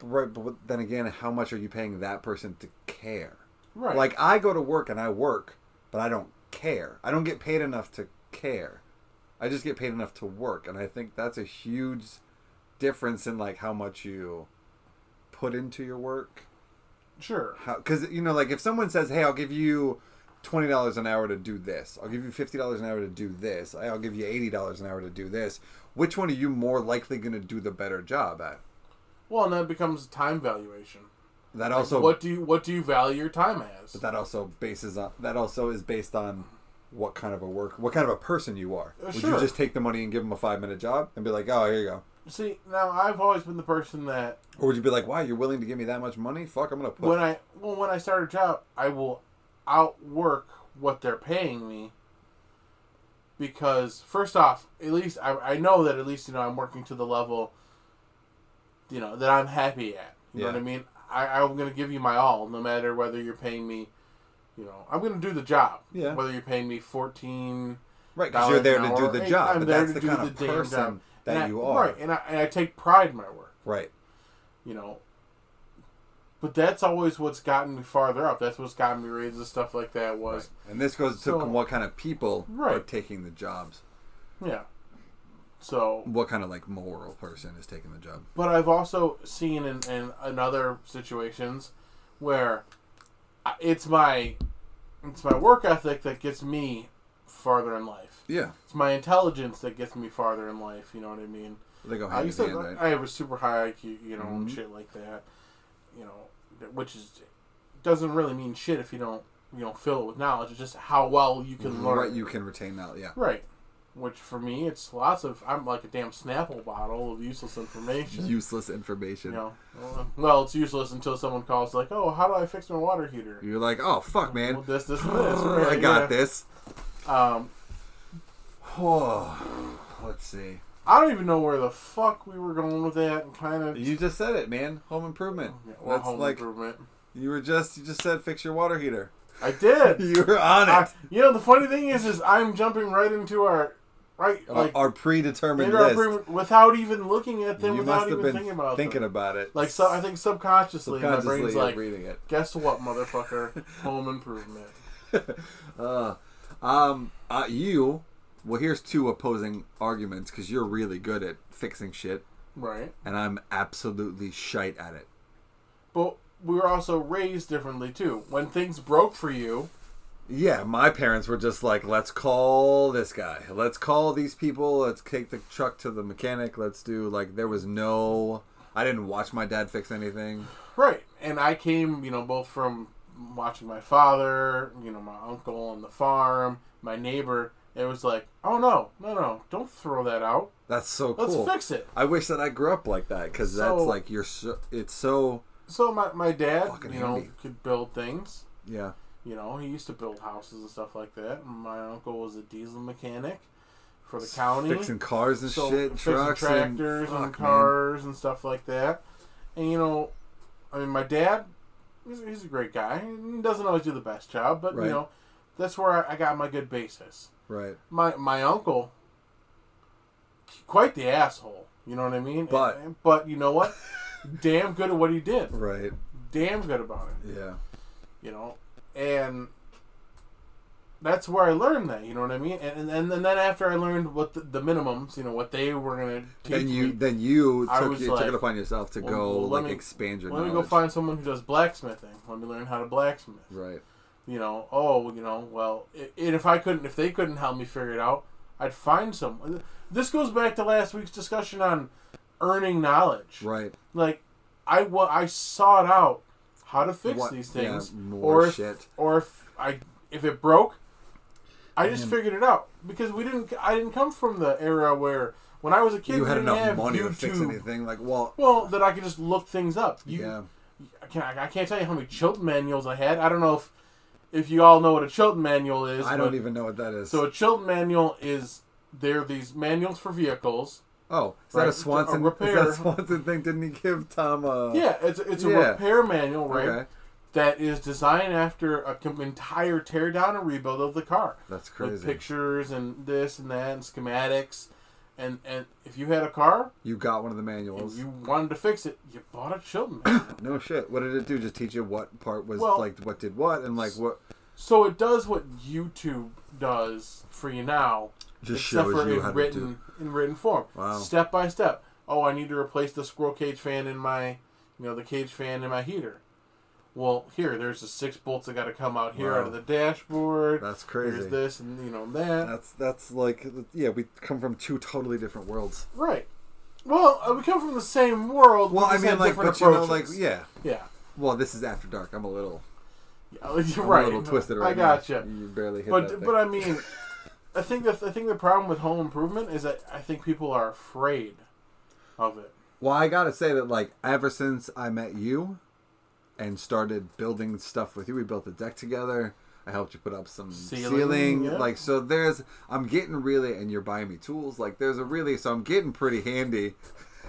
Right, but then again, how much are you paying that person to care? right. Like I go to work and I work, but I don't care. I don't get paid enough to care. I just get paid enough to work, and I think that's a huge difference in like how much you put into your work. Sure. Because you know, like if someone says, "Hey, I'll give you twenty dollars an hour to do this. I'll give you fifty dollars an hour to do this. I'll give you eighty dollars an hour to do this." Which one are you more likely going to do the better job at? Well, and that becomes time valuation. That also What do you what do you value your time as? But that also bases on that also is based on what kind of a work, what kind of a person you are. Uh, Would sure. you just take the money and give them a five minute job and be like, "Oh, here you go," See, now I've always been the person that or would you be like, "Wow, you're willing to give me that much money? Fuck, I'm gonna put." when I well when I start a job, I will outwork what they're paying me because first off, at least I, I know that at least you know I'm working to the level you know that I'm happy at. You know Yeah. what I mean? I, I'm going to give you my all, no matter whether you're paying me. You know, I'm going to do the job. Yeah. Whether you're paying me fourteen right, because you're there to dollars an do hour, the hey, job, I'm but there that's to the do kind the of damn person job. that And I- you are. right? And I, and I take pride in my work. Right. you know. But that's always what's gotten me farther up. That's what's gotten me raises and stuff like that was And this goes to So- what kind of people are Right. taking the jobs. yeah. So, What kind of like moral person is taking the job? but I've also seen in, in, in other situations where I- it's my it's my work ethic that gets me farther in life. Yeah, It's my intelligence that gets me farther in life. You know what I mean? they go I hand in used to, hand, right? I have a super high IQ, you know, and Mhm. shit like that. You know, th- which is doesn't really mean shit if you don't you know fill it with knowledge. It's just how well you can learn. Right, you can retain that. Yeah, Right. Which for me, it's lots of I'm like a damn Snapple bottle of useless information. useless you information. know, Well, well, it's useless until someone calls like, "Oh, how do I fix my water heater?" You're like, oh fuck, man, Well, (laughs) this, (laughs) this, and this. Right, I got yeah. this. Um, Oh, let's see. I don't even know where the fuck we were going with that. And kind of, You just said it, man. Home improvement. yeah, well, That's home like improvement. you were just you just said fix your water heater. (laughs) I did. You were on I, (laughs) it. you know the funny thing is, is I'm jumping right into our right Our- like our predetermined into our list. pre- without even looking at them, you without must even have been thinking about thinking them. about it. like so, I think subconsciously, my subconsciously brain's you're like, reading it. guess what, (laughs) motherfucker, home improvement. Uh, um, uh, you. Well, here's two opposing arguments because you're really good at fixing shit, Right, and I'm absolutely shite at it. but we were also raised differently too. When things broke for you, Yeah, my parents were just like, let's call this guy. Let's call these people. Let's take the truck to the mechanic. Let's do like there was no. I didn't watch my dad fix anything. right, and I came, you know, both from watching my father, you know, my uncle on the farm, my neighbor. It was like, oh no, no, no, don't throw that out. That's so Let's cool. fix it. I wish that I grew up like that because that's So- like you're so. It's so So my, my dad, Fucking you know, handy. could build things. yeah. You know, he used to build houses and stuff like that. My uncle was a diesel mechanic for the s- county. fixing cars and So, shit, fixing trucks tractors and, and, fuck, man. cars and stuff like that. And you know, I mean, my dad, he's, he's a great guy. He doesn't always do the best job, but Right. you know, that's where I, I got my good basis. Right, My my uncle, quite the asshole. You know what I mean? But- And- but you know what? (laughs) Damn good at what he did. right, Damn good about it yeah, you know and that's where i learned that you know what i mean and, and, and then after i learned what the, the minimums you know what they were going to teach then you me then you I took, was you took like, it upon yourself to well, go well, let like me- expand your let me knowledge. go find someone who does blacksmithing let me learn how to blacksmith right, you know oh you know well i- and if i couldn't if they couldn't help me figure it out i'd find someone this goes back to last week's discussion on earning knowledge right. like I wa- I sought out how to fix What- these yeah, things, more or if, shit. or if I if it broke, I just Man. figured it out because we didn't. I didn't come from the era where when I was a kid You had we didn't enough have money YouTube, to fix anything. Like, well, Well, that I could just look things up. You, yeah, I can't. I can't tell you how many Chilton manuals I had. I don't know if if you all know what a Chilton manual is. I but- don't even know what that is. So a Chilton manual is they're these manuals for vehicles. Oh, is Right, that a a Swanson? Is repair. that a Swanson thing? Didn't he give Tom a? Yeah, it's it's a Uh, yeah. repair manual, right? Okay, that is designed after a com- entire teardown and rebuild of the car that's with crazy. pictures and this and that and schematics and and if you had a car You got one of the and manuals. you wanted to fix it you bought a Chilton manual. No shit. What did it do? Just teach you what part was Well- like what did what and like what. so it does what youtube does for you now Just except shows for you in how to do. written in written form Wow. step by step oh, I need to replace the squirrel cage fan in my, you know, the cage fan in my heater. Well, here, there's the six bolts that got to come out here Wow. out of the dashboard. That's crazy. There's this and you know that. That's that's like yeah, we come from two totally different worlds. right. Well, uh, we come from the same world. we Well, I just mean, had like, different but you know, like, approaches. yeah. yeah, Well, this is after dark. I'm a little, (laughs) yeah. You're I'm right. a little twisted right I now. gotcha. You barely hit but that. but I mean, I think the I think the problem with home improvement is that I think people are afraid of it. well, I gotta say that like ever since I met you, and started building stuff with you, we built a deck together. I helped you put up some Ceiling, ceiling, yeah. like so. There's I'm getting really, and you're buying me tools. Like there's a really, so I'm getting pretty handy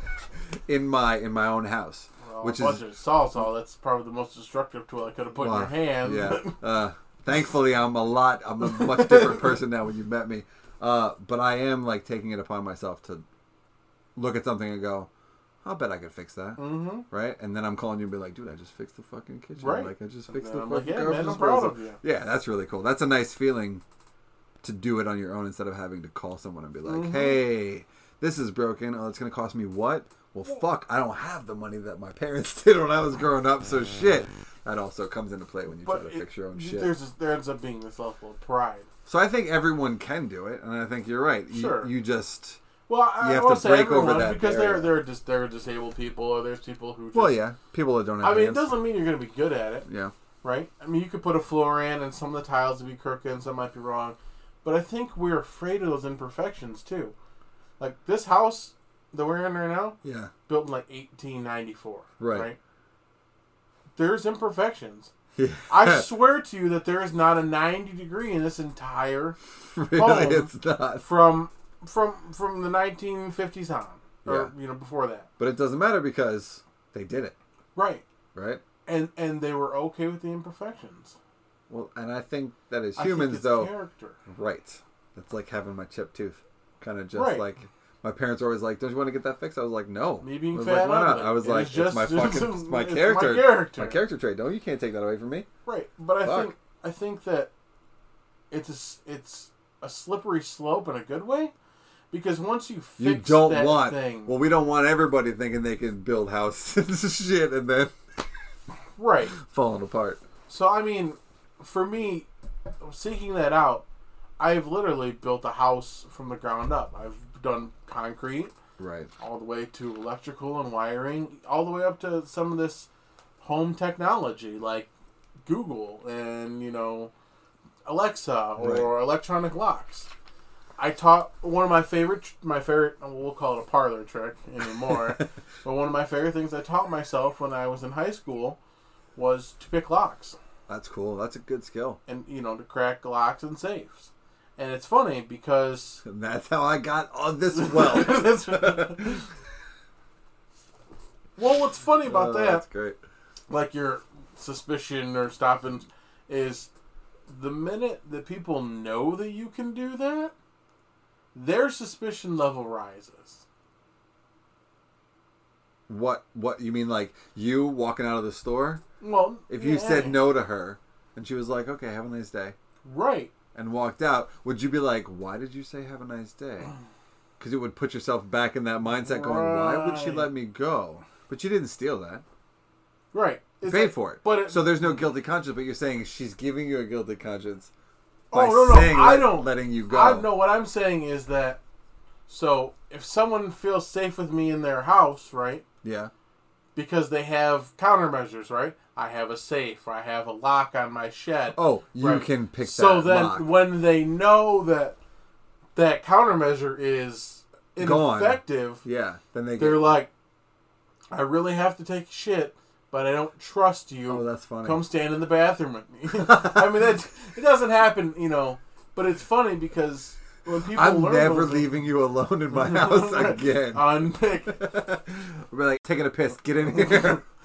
(laughs) in my in my own house, Well, which a is bunch of sawzall. That's probably the most destructive tool I could have put in your hand. (laughs) Yeah. Uh, thankfully, I'm a lot. I'm a much different person now. When you met me, uh, but I am like taking it upon myself to look at something and go, "I'll bet I could fix that." mm-hmm. Right, and then I'm calling you and be like, "Dude, I just fixed the fucking kitchen. Right. Like, I just And fixed then the I'm like, fucking yeah, garbage man, I'm disposal." proud of you. Yeah, that's really cool. That's a nice feeling to do it on your own instead of having to call someone and be like, Mhm. "Hey, this is broken. Oh, it's gonna cost me what? Well, fuck, I don't have the money that my (laughs) parents did when I was growing up. So shit." That also comes into play when you But try to it- fix your own th- shit. There's this, there ends up being this level of pride. So I think everyone can do it, and I think you're right. You, Sure. you just Well, I, You have I want to to say break over everyone that because there barrier. there are just there are disabled people or there's people who. Just, well, yeah, people that don't have I mean, it hands. doesn't mean you're going to be good at it, yeah, right? I mean, you could put a floor in, and some of the tiles would be crooked, and some might be wrong. But I think we're afraid of those imperfections too. Like this house that we're in right now, yeah, built in like 1894. Right. There's imperfections. (laughs) yeah. I swear to you that there is not a 90 degree in this entire really, home. it's not. from from from the 1950s on or you know before that. But it doesn't matter because they did it, Right. right? And and they were okay with the imperfections. Well, and I think that as I think humans, it's though, character. right? That's like having my chipped tooth, kind of just Right. like my parents were always like, "Don't you want to get that fixed?" I was like, "No." Me being I was fat like, and "Why not?" ugly. I was It like, is "It's just- (laughs) my it's fucking, a- it's my it's my character, character. my character trait. No, you can't take that away from me." Right. But I Fuck. think I think that it's a, s- it's a slippery slope in a good way because once you fix You don't that want. thing, Well, we don't want everybody thinking they can build houses (laughs) and shit, and then right. falling apart. So I mean, for me, seeking that out, I've literally built a house from the ground up. I've done concrete Right. all the way to electrical and wiring, all the way up to some of this home technology like Google and you know Alexa or electronic locks. I taught one of my favorite, tr- my favorite, we'll call it a parlor trick anymore, but one of my favorite things I taught myself when I was in high school was to pick locks That's cool. That's a good skill. and you know to crack locks and safes. And it's funny because And that's how I got on this (laughs) well. (laughs) That's- well, what's funny about Oh, That's that, great. like your suspicion or stopping, is the minute that people know that you can do that, their suspicion level rises. What? What you mean? Like you walking out of the store? Well, If you yeah, said no to her, and she was like, "Okay, have a nice day," right? and walked out, would you be like, "Why did you say have a nice (sighs) day?" Because it would put yourself back in that mindset, going, "Why would she Right. let me go?" But you didn't steal that. Right. You It's paid like- for it. but it- so there's no guilty conscience. But you're saying she's giving you a guilty conscience Oh, by no, no, saying I let- don't- letting you go. I know what I'm saying is that. So if someone feels safe with me in their house, right? Yeah. because they have countermeasures, right? I have a safe, or I have a lock on my shed. Oh, you Right. can pick so that then lock. when they know that that countermeasure is Gone. ineffective, yeah. Then they they're get. like, I really have to take shit, but I don't trust you. Oh, that's funny. Come stand in the bathroom with me. (laughs) I mean, that it doesn't happen, you know. But it's funny because when people I'm learn never those- leaving you alone (laughs) in my house again. Unpick. We're like taking a piss. Get in here. (laughs) (laughs)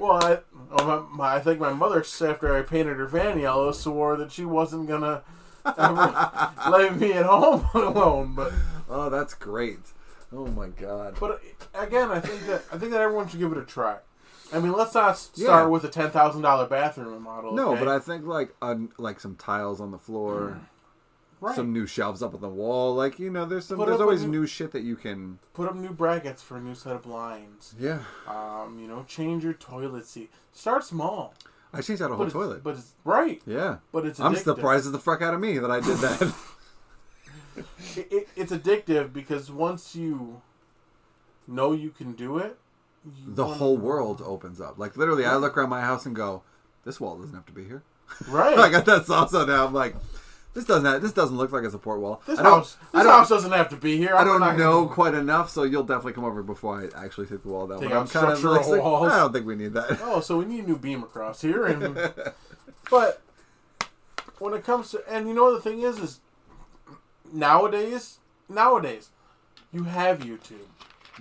Well, I, oh, my, my, I think my mother, after I painted her van yellow, swore that she wasn't gonna (laughs) ever leave me at home (laughs) alone. But, oh, that's great. Oh my god. but again, I think that I think that everyone should give it a try. I mean, let's not s- Yeah. start with a ten thousand dollar bathroom model. No, but I think like un, like some tiles on the floor, Hmm. Right. uh, some new shelves up on the wall. Like you know, there's some Put there's up a always new- new shit that you can. Put up new brackets for a new set of blinds. Yeah, Um, you know, change your toilet seat. Start small. I changed out a But whole it's, Oh, toilet. But it's right. yeah, But it's. Addictive. I'm surprised the fuck out of me that I did (laughs) that. It, it, it's addictive because once you know you can do it, you the wanna- whole world opens up. Like literally, I look around my house and go, "This wall doesn't have to be here." (laughs) right. I got that salsa now. I'm like, this doesn't have, this doesn't look like a support wall. this I don't, house. This I don't, house doesn't have to be here. I I'm don't not gonna- know quite enough, so you'll definitely come over before I actually take the wall down. Take But I'm out kind of structural like, sick- walls. I don't think we need that. (laughs) Oh, so we need a new beam across here, (laughs) and but when it comes to and you know the thing is is nowadays nowadays you have YouTube.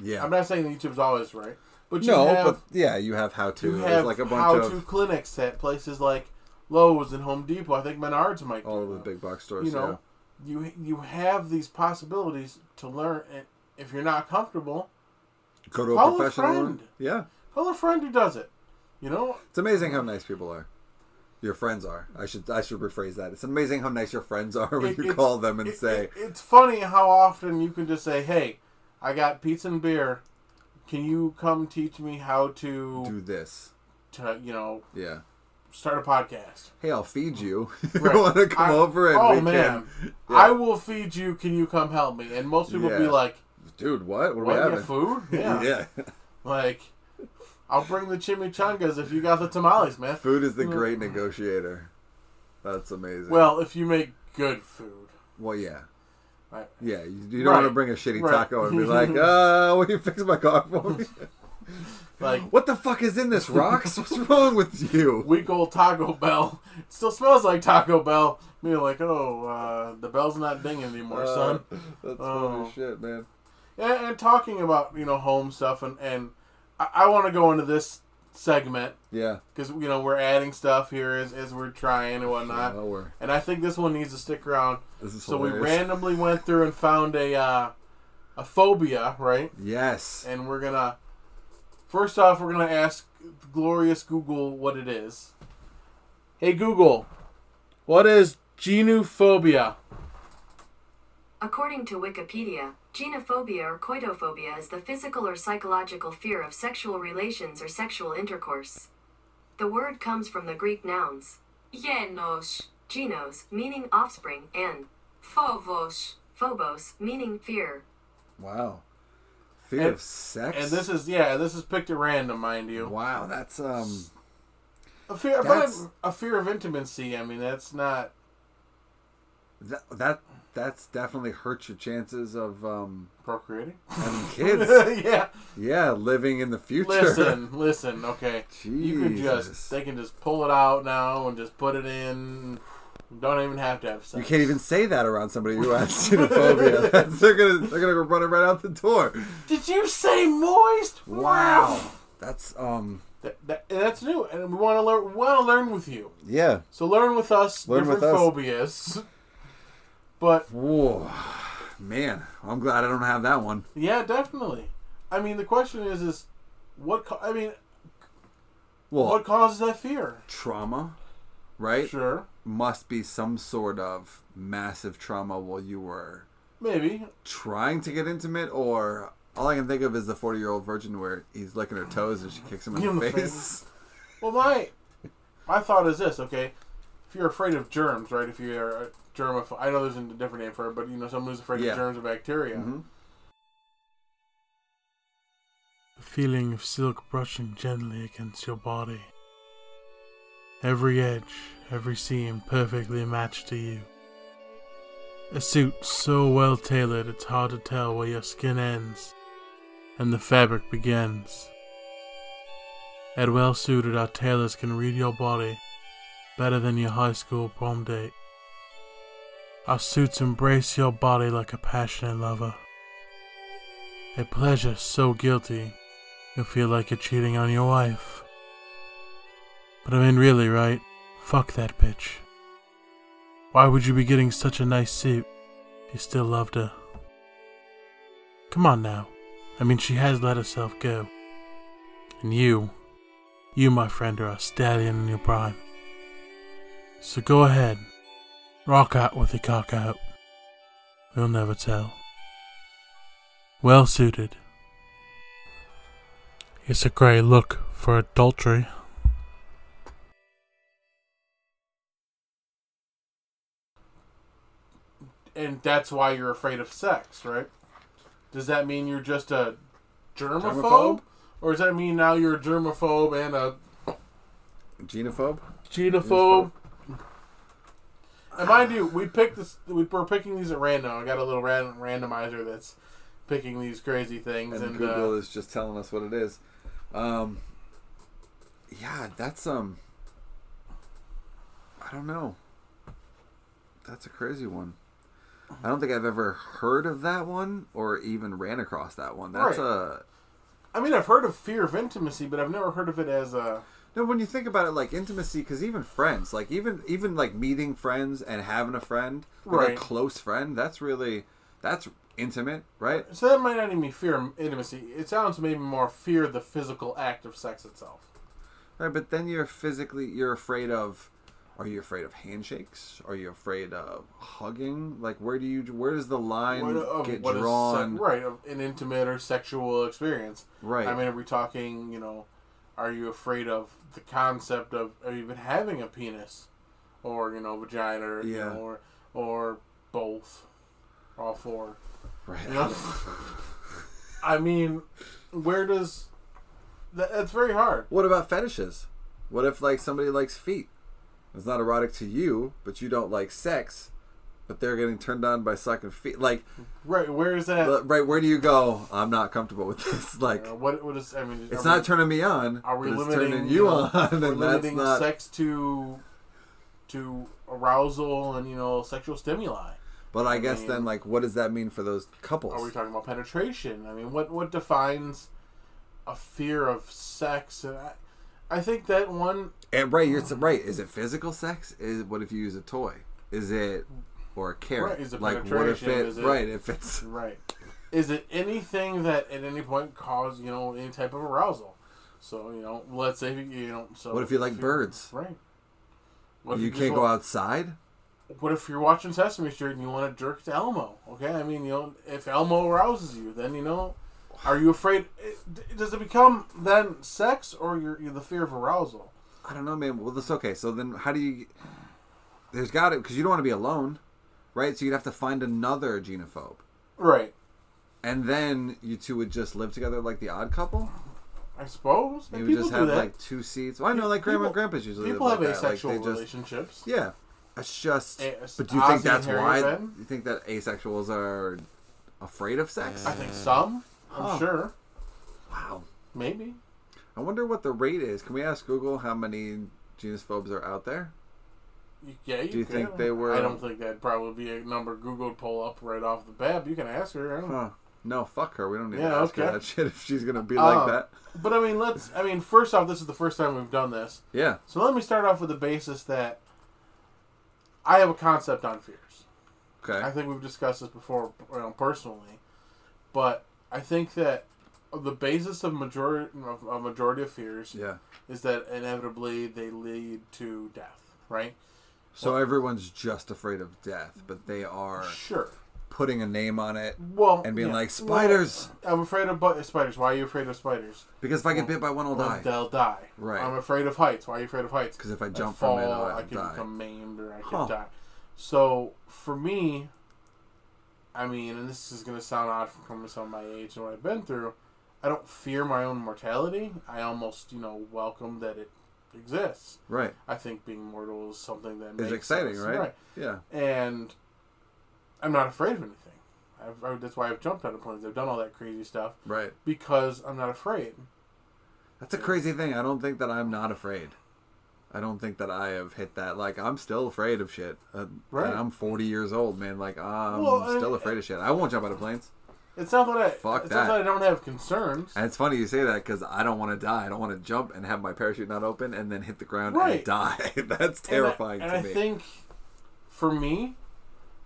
yeah. I'm not saying that YouTube's always right, but you no, have but yeah, you have how to. you There's have like a how bunch to of clinics at places like Lowe's and Home Depot. I think Menards might do all of the that. big box stores. you know you you have these possibilities to learn. And if you're not comfortable, yeah. go to a Call a professional. friend. one. Yeah, call a friend who does it. You know, it's amazing how nice people are. Your friends are. I should I should rephrase that. It's amazing how nice your friends are when It- (laughs) you it's- call them and it- say, it- it's funny how often you can just say, "Hey, I got pizza and beer. Can you come teach me how to, "Do this." to you know, Yeah. start a podcast?" Hey, I'll feed you. (laughs) you Right. want to come I- over and oh we man, can, I will feed you. Can you come help me? And most people be Yeah. like, dude? What? What "What? are we you having? (laughs) got food? Yeah. yeah. Like, I'll bring the chimichangas if you got the tamales, man. Food is the Mm. great negotiator. That's amazing. Well, if you make good food, well, yeah, right? yeah. You, you don't Right. want to bring a shitty Right. taco and be like, "Uh, will you fix my car (laughs) for me?" Like what the fuck is in this, rocks? What's wrong (laughs) with you? week old Taco Bell. It still smells like Taco Bell. Me like, oh, uh, the bell's not dinging anymore, son. Uh, that's funny Oh. as shit, man. And, and talking about you know home stuff, and and I, I want to go into this segment Yeah. because you know we're adding stuff here as as we're trying and whatnot. Oh, we're- And I think this one needs to stick around. this is Uh, So we hilarious. randomly went through and found a uh, a phobia, right? Yes. And we're gonna first off, we're gonna ask glorious Google what it is. Hey Google, what is genophobia? According to Wikipedia, genophobia or coitophobia is the physical or psychological fear of sexual relations or sexual intercourse. The word comes from the Greek nouns Γένος, genos, meaning offspring, and φόβος, phobos, meaning fear. Wow. Fear And- of sex. And this is yeah, this is picked at random, mind you. Wow, that's um. A fear, but That's- a fear of intimacy. I mean, that's not That, that that's definitely hurts your chances of um procreating. (laughs) having kids. yeah. (laughs) yeah, living in the future. Listen, listen. Okay, you can Jesus. just they can just pull it out now and just put it in. Don't even have to have sex. (laughs) You can't even say that around somebody who has xenophobia. (laughs) That's- they're gonna they're gonna go running right out the door. Did you say moist? Wow, that's um That, that, and that's new, and we want to learn. We want to learn with you. yeah. So learn with us Learn with different us. phobias. But Whoa, man, I'm glad I don't have that one. yeah, definitely. I mean, the question is, is what? ca- I mean, Well, what causes that fear? trauma, right? Sure, Must be some sort of massive trauma while you were maybe. trying to get intimate, or all I can think of is the 40 year old virgin where he's licking her toes and she kicks him in, In the, the face. Well, my my thought is this. Okay, if you're afraid of germs, right? If you're a germaphobe, I know there's a different name for it, but you know, someone who's afraid Yeah. of germs or bacteria. Mhm. the feeling of silk brushing gently against your body. Every edge, every seam perfectly matched to you. A suit so well tailored it's hard to tell where your skin ends and the fabric begins. At well suited, our tailors can read your body better than your high school prom date. Our suits embrace your body like a passionate lover. A pleasure so guilty, you feel like you're cheating on your wife. But I mean, really, right? Fuck that bitch. Why would you be getting such a nice suit? You still loved her. Come on now. I mean, she has let herself go. And you, you, my friend, are a stallion in your prime. So go ahead, rock out with your cock out. You'll never tell. Well suited. It's a grey look for adultery. and that's why you're afraid of sex, right? Does that mean you're just a germaphobe, Germaphobe? or does that mean now you're a germaphobe and a Genophobe? genophobe? And mind you, we picked this. We were picking these at random. I got a little ran, randomizer that's picking these crazy things, And, and, Google uh, is just telling us what it is. Um, yeah, that's um. I don't know. That's a crazy one. I don't think I've ever heard of that one or even ran across that one. That's Right. a I mean, I've heard of fear of intimacy, but I've never heard of it as a No, when you think about it, like intimacy, because even friends, like even even like meeting friends and having a friend, like a Right. close friend, that's really that's intimate, right? So that might not even be fear of intimacy. It sounds maybe more fear of the physical act of sex itself. Right, but then you're physically you're afraid of. Are you afraid of handshakes? Are you afraid of hugging? Like, where do you where does the line What- of get what is drawn? se- right, of an intimate or sexual experience. Right. I mean, are we talking? You know, are you afraid of the concept of of even having a penis, or you know, vagina, or, you Yeah. know, or or both, all four. Right. You know? (laughs) I mean, where does that, that's very hard. What about fetishes? What if like somebody likes feet? It's not erotic to you, but you don't like sex, but they're getting turned on by sucking feet. (laughs) Like, Right, where is that? But, right, where do you go? I'm not comfortable with this. Like, Uh, what what is? I mean, it's are we- not turning me on. Are we but it's limiting turning you you know, on? (laughs) We're And that's limiting not sex to to arousal and you know sexual stimuli. But I guess mean- then, like, what does that mean for those Are we couples? talking about penetration? I mean, what what defines a fear of sex? And I, I think that one And right, you're right. Is it physical sex? Is what if you use a toy? Is it or a carrot? Right, is it like, what if penetration? it, Is it- right? If it's right. Is it anything that at any point caused you know any type of arousal? So you know, let's say you know. So What if you like birds? Right. What if you just can't want- go outside. what if you're watching Sesame Street and you want to jerk to Elmo? Okay, I mean, you know, if Elmo arouses you, then you know, are you afraid? It, does it become then sex or your, your the fear of arousal? I don't know, man. Well, that's okay. So then, how do you? There's got it because you don't want to be alone, right? So you'd have to find another genophobe. Right. and then you two would just live together like the odd couple. I suppose. You And would just do have that. like two seats. Well, I know, like grandma and People- grandpa's usually people live have like that. asexual like, they just, relationships. Yeah, it's just. It's but do you think Ozzy that's and Harry why? Ben. You think that asexuals are afraid of sex? I think some. I'm Huh. sure. wow. Maybe. I wonder what the rate is. Can we ask Google how many genusphobes are out there? You- Yeah, you Do you could. think they were- I don't think that'd probably be a number Google would pull up right off the bat. but You can ask her. I don't Huh. No, fuck her. We don't need to Hmm. Yeah, ask her okay. that (laughs) shit if she's gonna be Uh, like that. But I mean, let's. I mean, first off, this is the first time we've done this. Yeah. So let me start off with the basis that I have a concept on fears. Okay. I think we've discussed this before you know, personally, but I think that the basis of majority of a majority of fears yeah. is that inevitably they lead to death, right? So everyone's just afraid of death, but they are Sure. putting a name on it Well, and being yeah. like spiders. Well, I'm afraid of bu- spiders. Why are you afraid of spiders? Because if I get bit by one, I'll Well, die. They'll die. Right. I'm afraid of heights. Why are you afraid of heights? 'Cause if I I jump fall, from it, I'll I can die. become maimed or I can Huh. die. So for me, I mean, and this is gonna sound odd from coming from my age and what I've been through. I don't fear my own mortality. I almost, you know, welcome that it exists. Right. I think being mortal is something that It's makes exciting, us- right? Yeah. and I'm not afraid of anything. I've, I, that's why I've jumped out of planes. I've done all that crazy stuff Right. because I'm not afraid. That's a crazy thing. I don't think that I'm not afraid. I don't think that I have hit that. Like I'm still afraid of shit. Uh, Right. And I'm 40 years old, man. Like I'm Well, I- still afraid of shit. I won't jump out of planes. It's not that I Fuck it's that. not that I don't have concerns. And it's funny you say that because I don't want to die. I don't want to jump and have my parachute not open and then hit the ground Right. and die. (laughs) That's And I- terrifying and to I, me. think for me,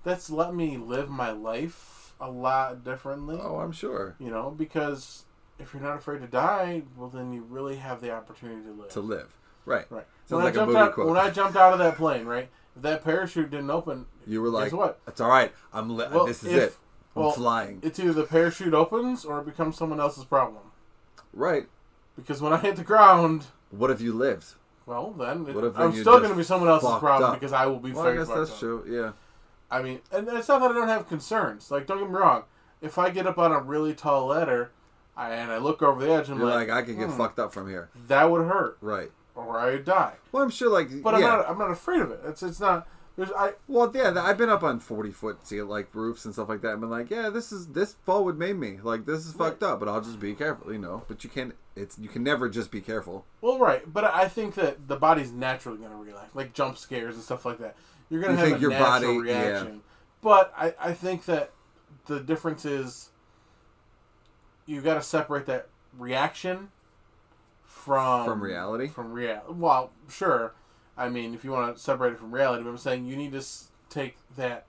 that's let me live my life a lot differently. oh, I'm sure You know, because if you're not afraid to die, well, then you really have the opportunity to live. to live. Right. Right. Sounds When I like a jumped movie out, quote. when I jumped out of that plane, right, If that parachute didn't open, You were like, guess what? "It's all right. I'm. Li- Well, this is if- it. I'm well, flying." It's either the parachute opens or it becomes someone else's problem. right. Because when I hit the ground, What if you lived? well, then it, What if I'm you still just going to be someone else's fucked problem up? because I will be. Well, I fucked guess up. that's true. Yeah. I mean, and it's not that I don't have concerns. Like, don't get me wrong. If I get up on a really tall ladder, I, and I look over the edge, I'm You're like, like, I could get "Hmm, fucked up from here. That would hurt, Right. or I would die. Well, I'm sure. Like, But yeah. I'm not. I'm not afraid of it. It's it's not. There's I. Well, yeah, th- I've been up on forty foot sea like roofs and stuff like that, and been like, yeah, this is this fall would maim me. Like this is fucked up, but I'll just be careful, you know. But you can't. It's you can never just be careful. Well, right, but I think that the body's naturally going to react, like jump scares and stuff like that. You're going You to have think a your natural body- reaction. But I, I think that the difference is you got to separate that reaction from From reality? From real, well, sure. I mean, if you want to separate it from reality, but I'm saying you need to s- take that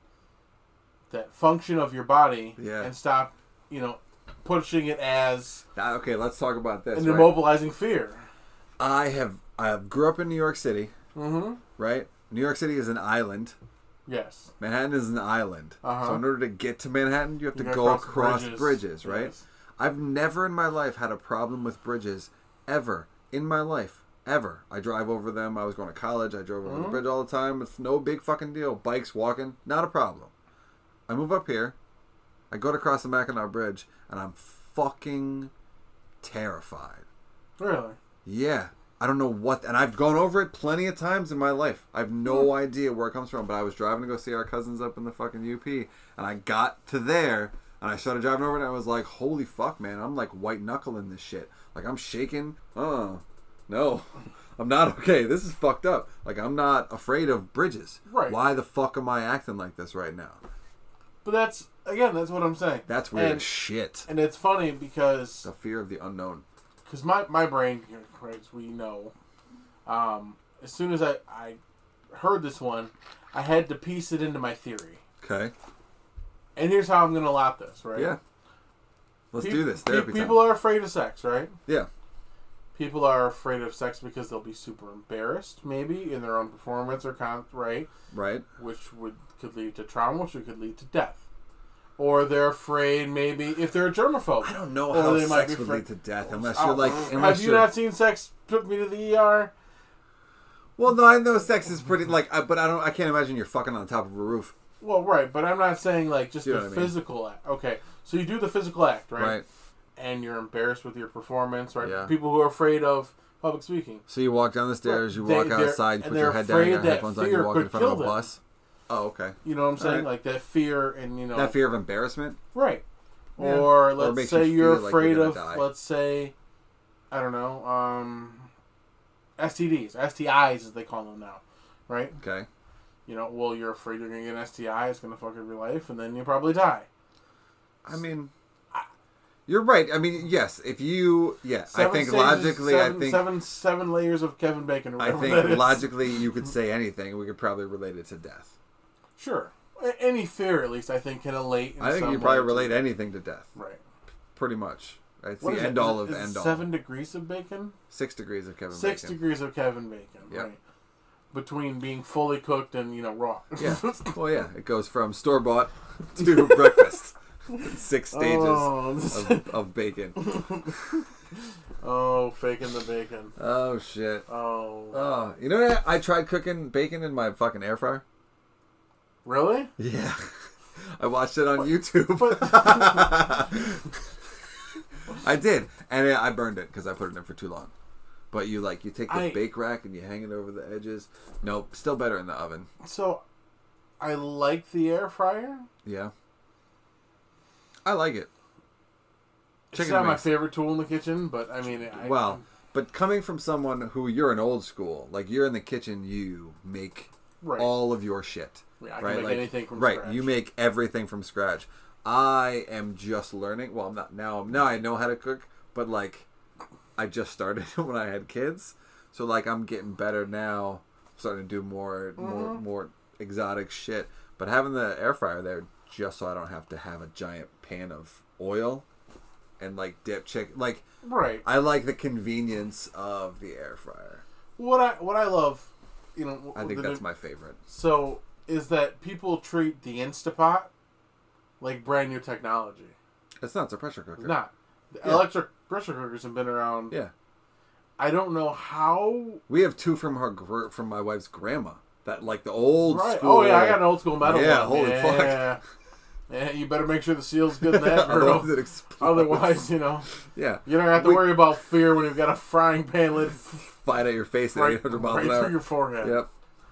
that function of your body Yeah. and stop, you know, pushing it as Ah, okay, let's talk about this. an right? immobilizing fear. I have I have grew up in New York City, Mm-hmm. right? New York City is an island. Yes. Manhattan is an island. Uh-huh. So in order to get to Manhattan, you have to You gotta go cross across bridges. bridges, right? Yes. I've never in my life had a problem with bridges ever in my life. Ever. I drive over them. I was going to college. I drove over Mm-hmm. the bridge all the time. It's no big fucking deal. Bikes, walking, not a problem. I move up here. I go to cross the Mackinac Bridge, and I'm fucking terrified. Really? Yeah. I don't know what, and I've gone over it plenty of times in my life. I have no idea where it comes from, but I was driving to go see our cousins up in the fucking UP, and I got to there, and I started driving over it, and I was like, holy fuck, man, I'm like white knuckling this shit. Like, I'm shaking. Oh, no, (laughs) I'm not okay. This is fucked up. Like, I'm not afraid of bridges. Right. Why the fuck am I acting like this right now? But that's again, that's what I'm saying. That's weird And, as shit. and it's funny because The fear of the unknown. because my my brain, you know, Craig, as we know, um, as soon as I I heard this one, I had to piece it into my theory. Okay. And here's how I'm gonna lot this, right? Yeah. Let's Pe- do this. pe- Therapy People time. are afraid of sex, right? Yeah. People are afraid of sex because they'll be super embarrassed, maybe in their own performance or con- right. Right. which would could lead to trauma, which could lead to death. Or they're afraid maybe if they're a germaphobe. I don't know Or how they might sex be would fri- lead to death unless you're like unless Oh, Have you you're not seen Sex Took Me to the ER? well no I know sex is pretty like I, but I don't I can't imagine you're fucking on top of a roof Well, right, but I'm not saying like just You know the what I mean. physical act. Okay, so you do the physical act, right? right, And you're embarrassed with your performance, right? Yeah. People who are afraid of public speaking. so you walk down the stairs you They- walk they're- outside you and put your they're head down afraid your that headphones on fear you walk in could front of a kill them. bus oh okay You know what I'm saying? right. Like that fear and you know that fear of embarrassment Right. Yeah. Or Or let's makes say you you're feel like you're afraid gonna of die. let's say I don't know, um STDs, STIs as they call them now. Right? okay You know, well you're afraid you're gonna get an STI, it's gonna fuck up your life and then you'll probably die. I mean you're right I mean yes if you yeah I Seven think stages- logically seven, I think seven seven layers of Kevin Bacon or (laughs) I whatever that think is. logically you could say anything we could probably relate it to death Sure. A- Any fear at least I think can elate in I think some you probably way to- relate anything to death Right. pretty much it's What the is it? end Is all it- of is it end all Seven degrees of bacon? six degrees of Kevin Six Bacon degrees of Kevin Bacon, Yep. right? Between being fully cooked and you know raw. (laughs) Yeah. Well, yeah. It goes from store bought (laughs) to breakfast. (laughs) Six stages Oh, this- of, of bacon. oh, faking the (laughs) bacon. Oh shit. Oh, Oh, you know what? I tried cooking bacon in my fucking air fryer. really? Yeah. (laughs) I watched it on YouTube. But (laughs) I did, and I I burned it because I put it in for too long. But you like you take the I- bake rack and you hang it over the edges. Nope, still better in the oven. so, I like the air fryer. Yeah, I like it. it's Chicken not my wings. favorite tool in the kitchen, but I mean, I, Wow. But coming from someone who you're an old school, like you're in the kitchen, you make Right. all of your shit. Yeah, I can make anything from right. scratch. You make everything from scratch. I am just learning. Well, I'm not now. Now I know how to cook, but like, I just started (laughs) when I had kids, so like I'm getting better now. Starting to do more, more, Mm-hmm. more exotic shit. But having the air fryer there, just so I don't have to have a giant pan of oil, and like dip chicken, like. right? I like the convenience of the air fryer. What I what I love you know, I think the- that's my favorite. So is that people treat the Instapot like brand new technology? It's not. It's a pressure cooker. It's not. The Yeah. Electric pressure cookers have been around. Yeah. I don't know how. We have two from her gr- from my wife's grandma. That like the old Right. school. Oh yeah, I got (laughs) an old school metal. Yeah, one. holy fuck. yeah. Yeah, you better make sure the seal's (laughs) good in that Otherwise barrel. it explodes. (laughs) Otherwise, you know, (laughs) yeah, you don't have to We- worry about fear when you've got a frying pan (laughs) lid Fight at your face at right, 800 miles right an through your hour. forehead. (laughs) Yep.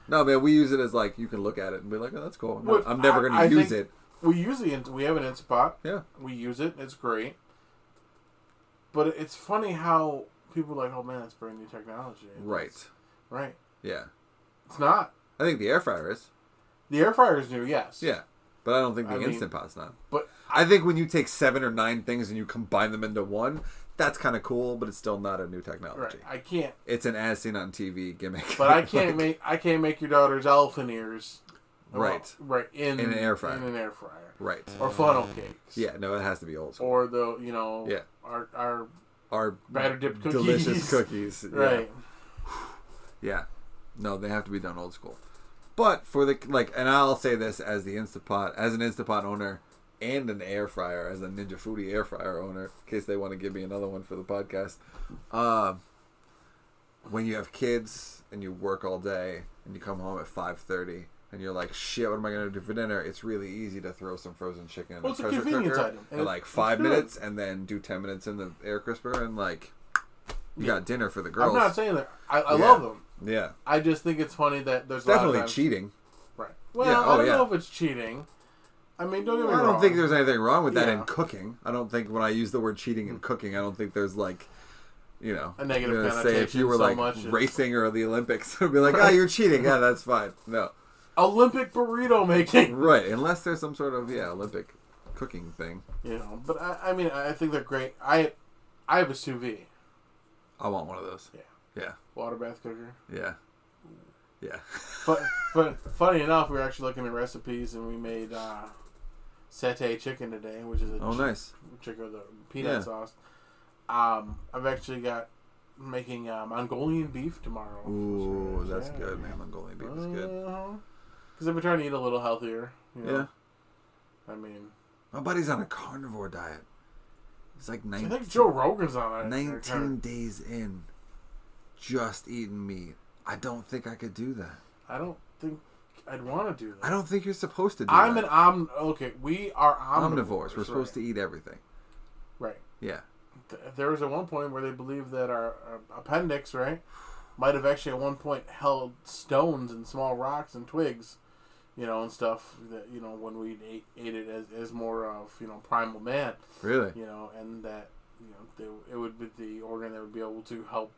No man, we use it as like you can look at it and be like, oh, that's cool. I'm, not- Well, I'm never I- gonna I use think it. We use the int- we have an Instapot. Yeah. We use it. It's great. But it's funny how people are like, oh man, it's brand new technology. Right. Right. Yeah. It's not. I think the air fryer is. The air fryer is new, yes. Yeah. But I don't think the I mean- instant pot's not. But I think when you take seven or nine things and you combine them into one, that's kind of cool, but it's still not a new right, technology. I can't. It's an as seen on TV gimmick. But (laughs) I can't make I can't make your daughter's elephant ears. Right. Well, right. In, In an air fryer. In an air fryer. Right. Or funnel cakes. Yeah, no, it has to be old school. Or the you know Yeah. our our Our batter dipped cookies. delicious cookies. (laughs) Yeah. Right. Yeah. No, they have to be done old school. But for the like, and I'll say this as the Instapot, as an Instapot owner, and an air fryer, as a Ninja Foodie air fryer owner, in case they want to give me another one for the podcast. Um, when you have kids and you work all day and you come home at five thirty and you're like, shit, what am I gonna do for dinner? It's really easy to throw some frozen chicken in Well, it's the a pressure convenience cooker item, in and like it's five good. minutes, and then do ten minutes in the air crisper, and like, you got dinner for the girls. I'm not saying that I, I Yeah. love them. yeah, I just think it's funny that there's a lot of definitely times- cheating. Right. Well, Yeah, oh, I don't yeah. know if it's cheating. I mean, don't get me I wrong. don't think there's anything wrong with that in Yeah. Hmm. cooking. I don't think when I use the word cheating in cooking, I don't think there's like, you know, A negative I'm gonna Say if connotation you were so like much is- racing or the Olympics, (laughs) I'd be like, ah, you're cheating. Yeah, that's fine. (laughs) No, Olympic burrito making. (laughs) right? Unless there's some sort of yeah Olympic cooking thing. You know, but I, I mean, I think they're great. I, I have a sous vide I want one of those. Yeah, water bath cooker. yeah, yeah. (laughs) But, but funny enough, we were actually looking at recipes and we made uh, satay chicken today, which is a Oh, chi- nice. chicken with a peanut Yeah. sauce. Um, I've actually got making uh, Mongolian beef tomorrow. Ooh, Yeah. that's good, man. Mongolian beef is good. Because I've been trying to eat a little healthier. You know? Yeah, I mean, my buddy's on a carnivore diet. He's like I 19. think Joe Rogan's on it. 19 days in, just eating meat. I don't think I could do that. I don't think I'd want to do that. I don't think you're supposed to do I'm that. an om. Okay, we are omnivores. omnivores. We're supposed to eat everything. Right. Yeah. Th- There was at one point where they believed that our, our appendix, right, might have actually at one point held stones and small rocks and twigs, you know, and stuff that you know when we ate, ate it as, as more of you know primal man, Really? you know, and that you know they, it would be the organ that would be able to help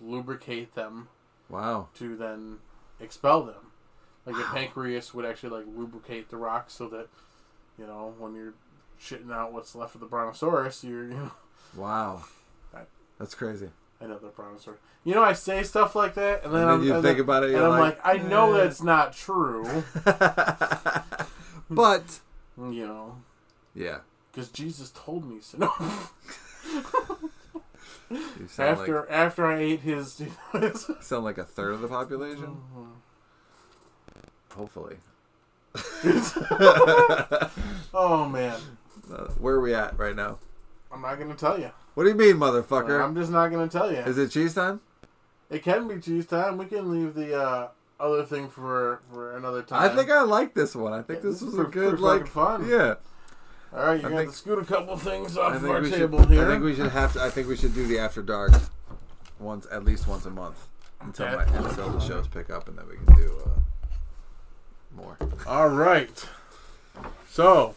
lubricate them Wow. to then expel them. Like the pancreas would actually like lubricate the rock so that you know when you're shitting out what's left of the brontosaurus, you're you know (laughs) Wow. Right. That's crazy. another brontosaurus. You know, I say stuff like that, and then, And then I'm, you and think then- about it, and you're I'm like, like, I know "Eh." that's not true. (laughs) (laughs) but you know, yeah. because Jesus told me so. (laughs) You sound after like after I ate his, (laughs) his sound like a third of the population. Uh-huh. Hopefully. oh man, Uh, where are we at right now? I'm not gonna tell you. What do you mean, motherfucker? I'm just not gonna tell you. Is it cheese time? It can be cheese time. We can leave the uh, other thing for for another I time. think I like this one. I think Yeah, this this was is a pretty- good pretty like fucking fun. Yeah. All right, you're I gonna think- have to scoot a couple things off I of think, our we table should, here. I think we should have to. I think we should do the after dark once at least once a month until my Okay. until the shows pick up, and then we can do uh, more. All right. So,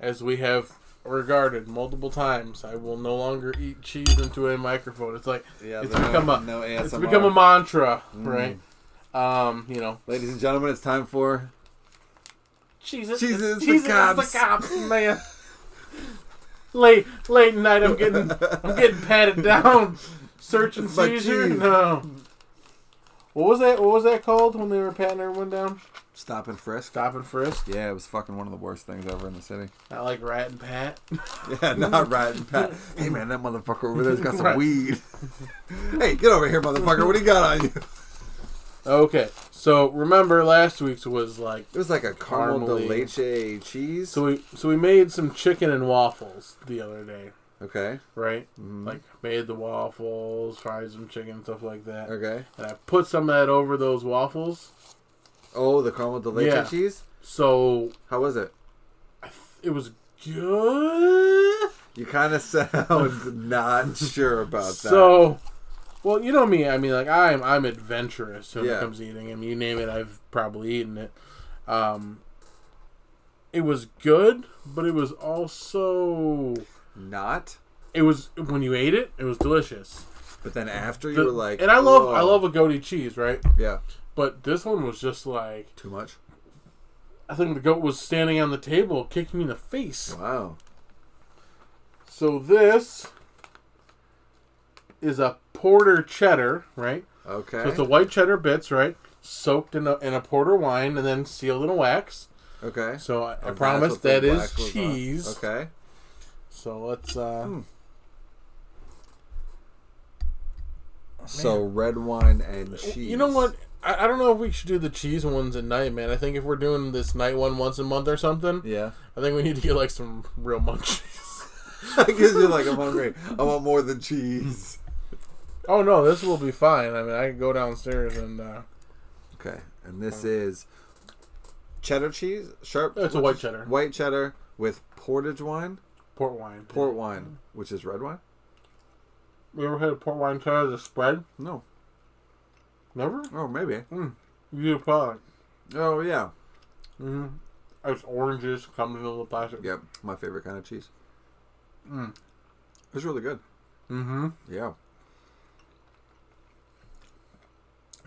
as we have regarded multiple times, I will no longer eat cheese into a microphone. It's like Yeah, it's no- become a no it's ASMR. become a mantra, right? Um, you know, Ladies and gentlemen, it's time for cheese is Cheese is the cheese is cops. the cops, (laughs) man. late late night, I'm getting (laughs) I'm getting patted down, search and It's like seizure. cheese. No. What was that? What was that called when they were patting everyone down? stop and frisk. Stop and frisk. Yeah, it was fucking one of the worst things ever in the city. (laughs) Not like rat and pat. Yeah, not right. Pat. Hey man, that (laughs) motherfucker over there's got some Right. weed. hey, get over here, motherfucker. What do you got on you? Okay, so remember last week's was like It was like a caramel de leche cheese. so we so we made some chicken and waffles the other day, okay. right? Like made the waffles, fried some chicken, stuff like that. Okay. And I put some of that over those waffles, Oh, the caramel de leche Yeah. cheese. so How was it? it was good. You kind of (laughs) sound not sure about that. So, well, you know me. I mean, like I'm I'm adventurous when Yeah. it comes to eating. I mean, you name it, I've probably eaten it. Um, it was good, but it was also not. it was when you ate it, it was delicious. But then after you The- were like, and I love I "Ugh." love a goatee cheese, right? Yeah. But this one was just like Too much. I think the goat was standing on the table, kicking me in the face. Wow. So this is a porter cheddar, right? Okay. So it's the white cheddar bits, right? Soaked in a, in a porter wine and then sealed in a wax. okay. So I, I And that's promise what the that is wax was on. cheese. Okay. So let's. uh So red wine and cheese. You know what? I, I don't know if we should do the cheese ones at night, man. I think if we're doing this night one once a month or something, Yeah. (laughs) I think we need to get like some real munchies. (laughs) Because you're like, I'm hungry. I want more than cheese. oh no, this will be fine. I mean, I can go downstairs and uh, Okay. And this is cheddar cheese, sharp. It's a white cheddar. White cheddar with portage wine, port wine. port wine, which is red wine. You ever had a port wine cheddar as a spread? No. Never. Oh, maybe. You probably. Oh, yeah. It's oranges comes in a little plastic. Yep. My favorite kind of cheese. Mm. It's really good. Mm-hmm. Yeah.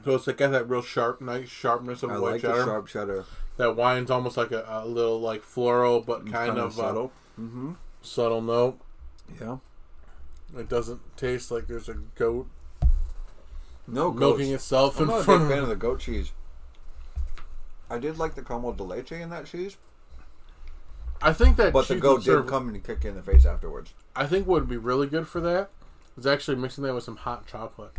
So it's like got that real sharp, nice sharpness of I white like cheddar. the sharp cheddar. That wine's almost like a, a little like floral, but kind, Kinda of subtle. Uh, subtle note. Yeah. It doesn't taste like there's a goat No goat. milking itself I'm in not a front of big fan of the goat cheese. I did like the caramel de leche in that cheese, I think that but the cheese goat would did serve- come and kick you in the face afterwards. I think what would be really good for that is actually mixing that with some hot chocolate.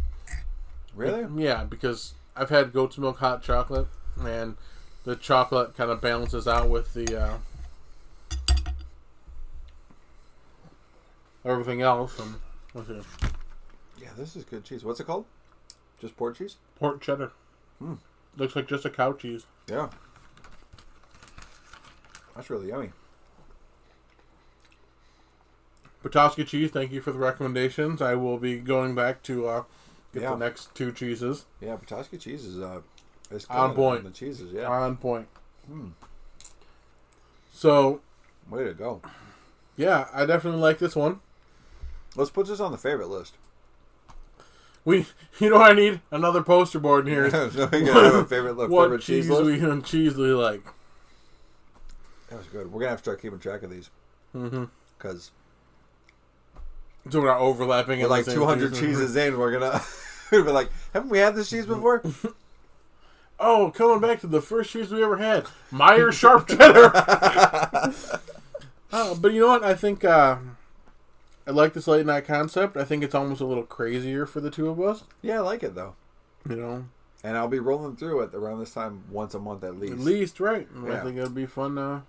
Really? Yeah, because I've had goat's milk hot chocolate, and the chocolate kind of balances out with the uh, everything else. And what's it? Yeah, this is good cheese. What's it called? Just port cheese? Port cheddar. Looks like just a cow cheese. Yeah. That's really yummy. Petoskey cheese. Thank you for the recommendations. I will be going back to uh, get Yeah. the next two cheeses Yeah, Petoskey cheese is uh, it's On good. point. The cheeses, yeah. on point. Hmm. So Way to go. yeah, I definitely like this one. Let's put this on the favorite list. (laughs) We, (laughs) you know, what I need another poster board in (laughs) here. so (laughs) we gotta have a favorite, list, what favorite cheese, cheese list. we and (laughs) cheese we like. That was good. We're gonna have to start keeping track of these Mm-hmm. because So we're not overlapping. we're in like the same 200 cheese. Mm-hmm. cheeses in. We're gonna (laughs) we're like, haven't we had this cheese before? (laughs) Oh, coming back to the first cheese we ever had, Meyer Sharp (laughs) Cheddar. (laughs) Uh, but you know what? I think uh, I like this late night concept. I think it's almost a little crazier for the two of us. yeah, I like it though. You know, And I'll be rolling through it around this time once a month at least. at least right. I Yeah. think it'd be fun. Uh,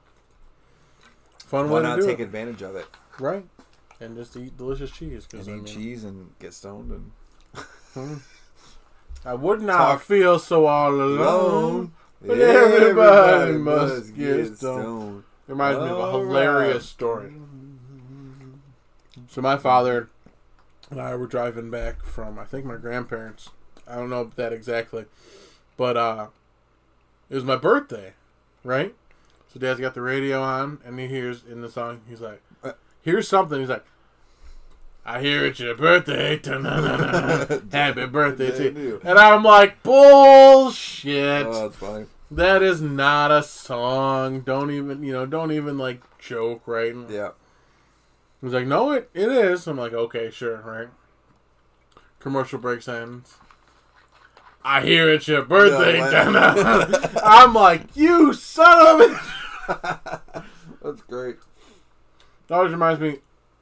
fun Why way to not do take it. advantage of it? right? And just eat delicious cheese. Cause And I, eat mean, cheese and get stoned and I would not Talk. feel so all alone. But everybody must get stoned. It reminds me of a All hilarious right. story. So my father and I were driving back from I think my grandparents. I don't know that exactly. But uh it was my birthday, right? So dad's got the radio on and he hears in the song he's like Uh, here's something he's like I hear it's your birthday. (laughs) Ta-na-na-na. Happy birthday to you. And I'm like, bullshit. Oh, that's funny. That is not a song. Don't even, you know, don't even like joke, right? And Yeah. He's like, no, it, it is. I'm like, okay, sure, right? Commercial breaks ends. I hear it's your birthday. No, (laughs) I'm like, you son of a. That's great. That always reminds me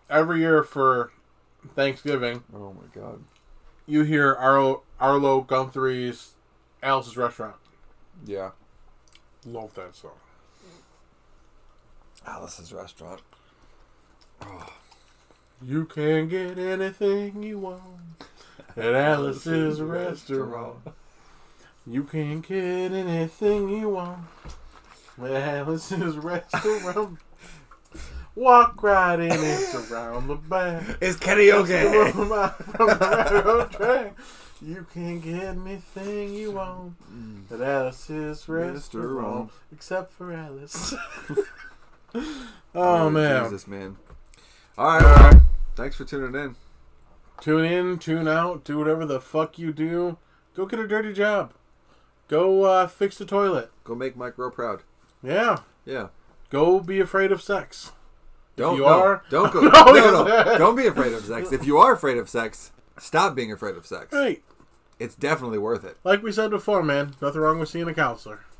every year for Thanksgiving, Oh my god. you hear Arlo, Arlo Gumthree's Alice's Restaurant. Yeah. Love that song. Alice's restaurant. You can get anything you want at Alice's Restaurant. You can get anything you want at Alice's Restaurant. Walk right in, it's around the back. (laughs) It's karaoke. From my- from the railroad track. You can get anything you want at Alice's restaurant, Restaurant. except for Alice. (laughs) Oh, oh man! Jesus, man. All right, all right. Thanks for tuning in. Tune in, tune out, do whatever the fuck you do. Go get a dirty job. Go uh, fix the toilet. Go make Mike real proud. Yeah. Yeah. Go be afraid of sex. Don't you no, are- Don't go. (laughs) No, no, no, yes. Don't be afraid of sex. If you are afraid of sex, stop being afraid of sex. Right. It's definitely worth it. Like we said before, man. Nothing wrong with seeing a counselor.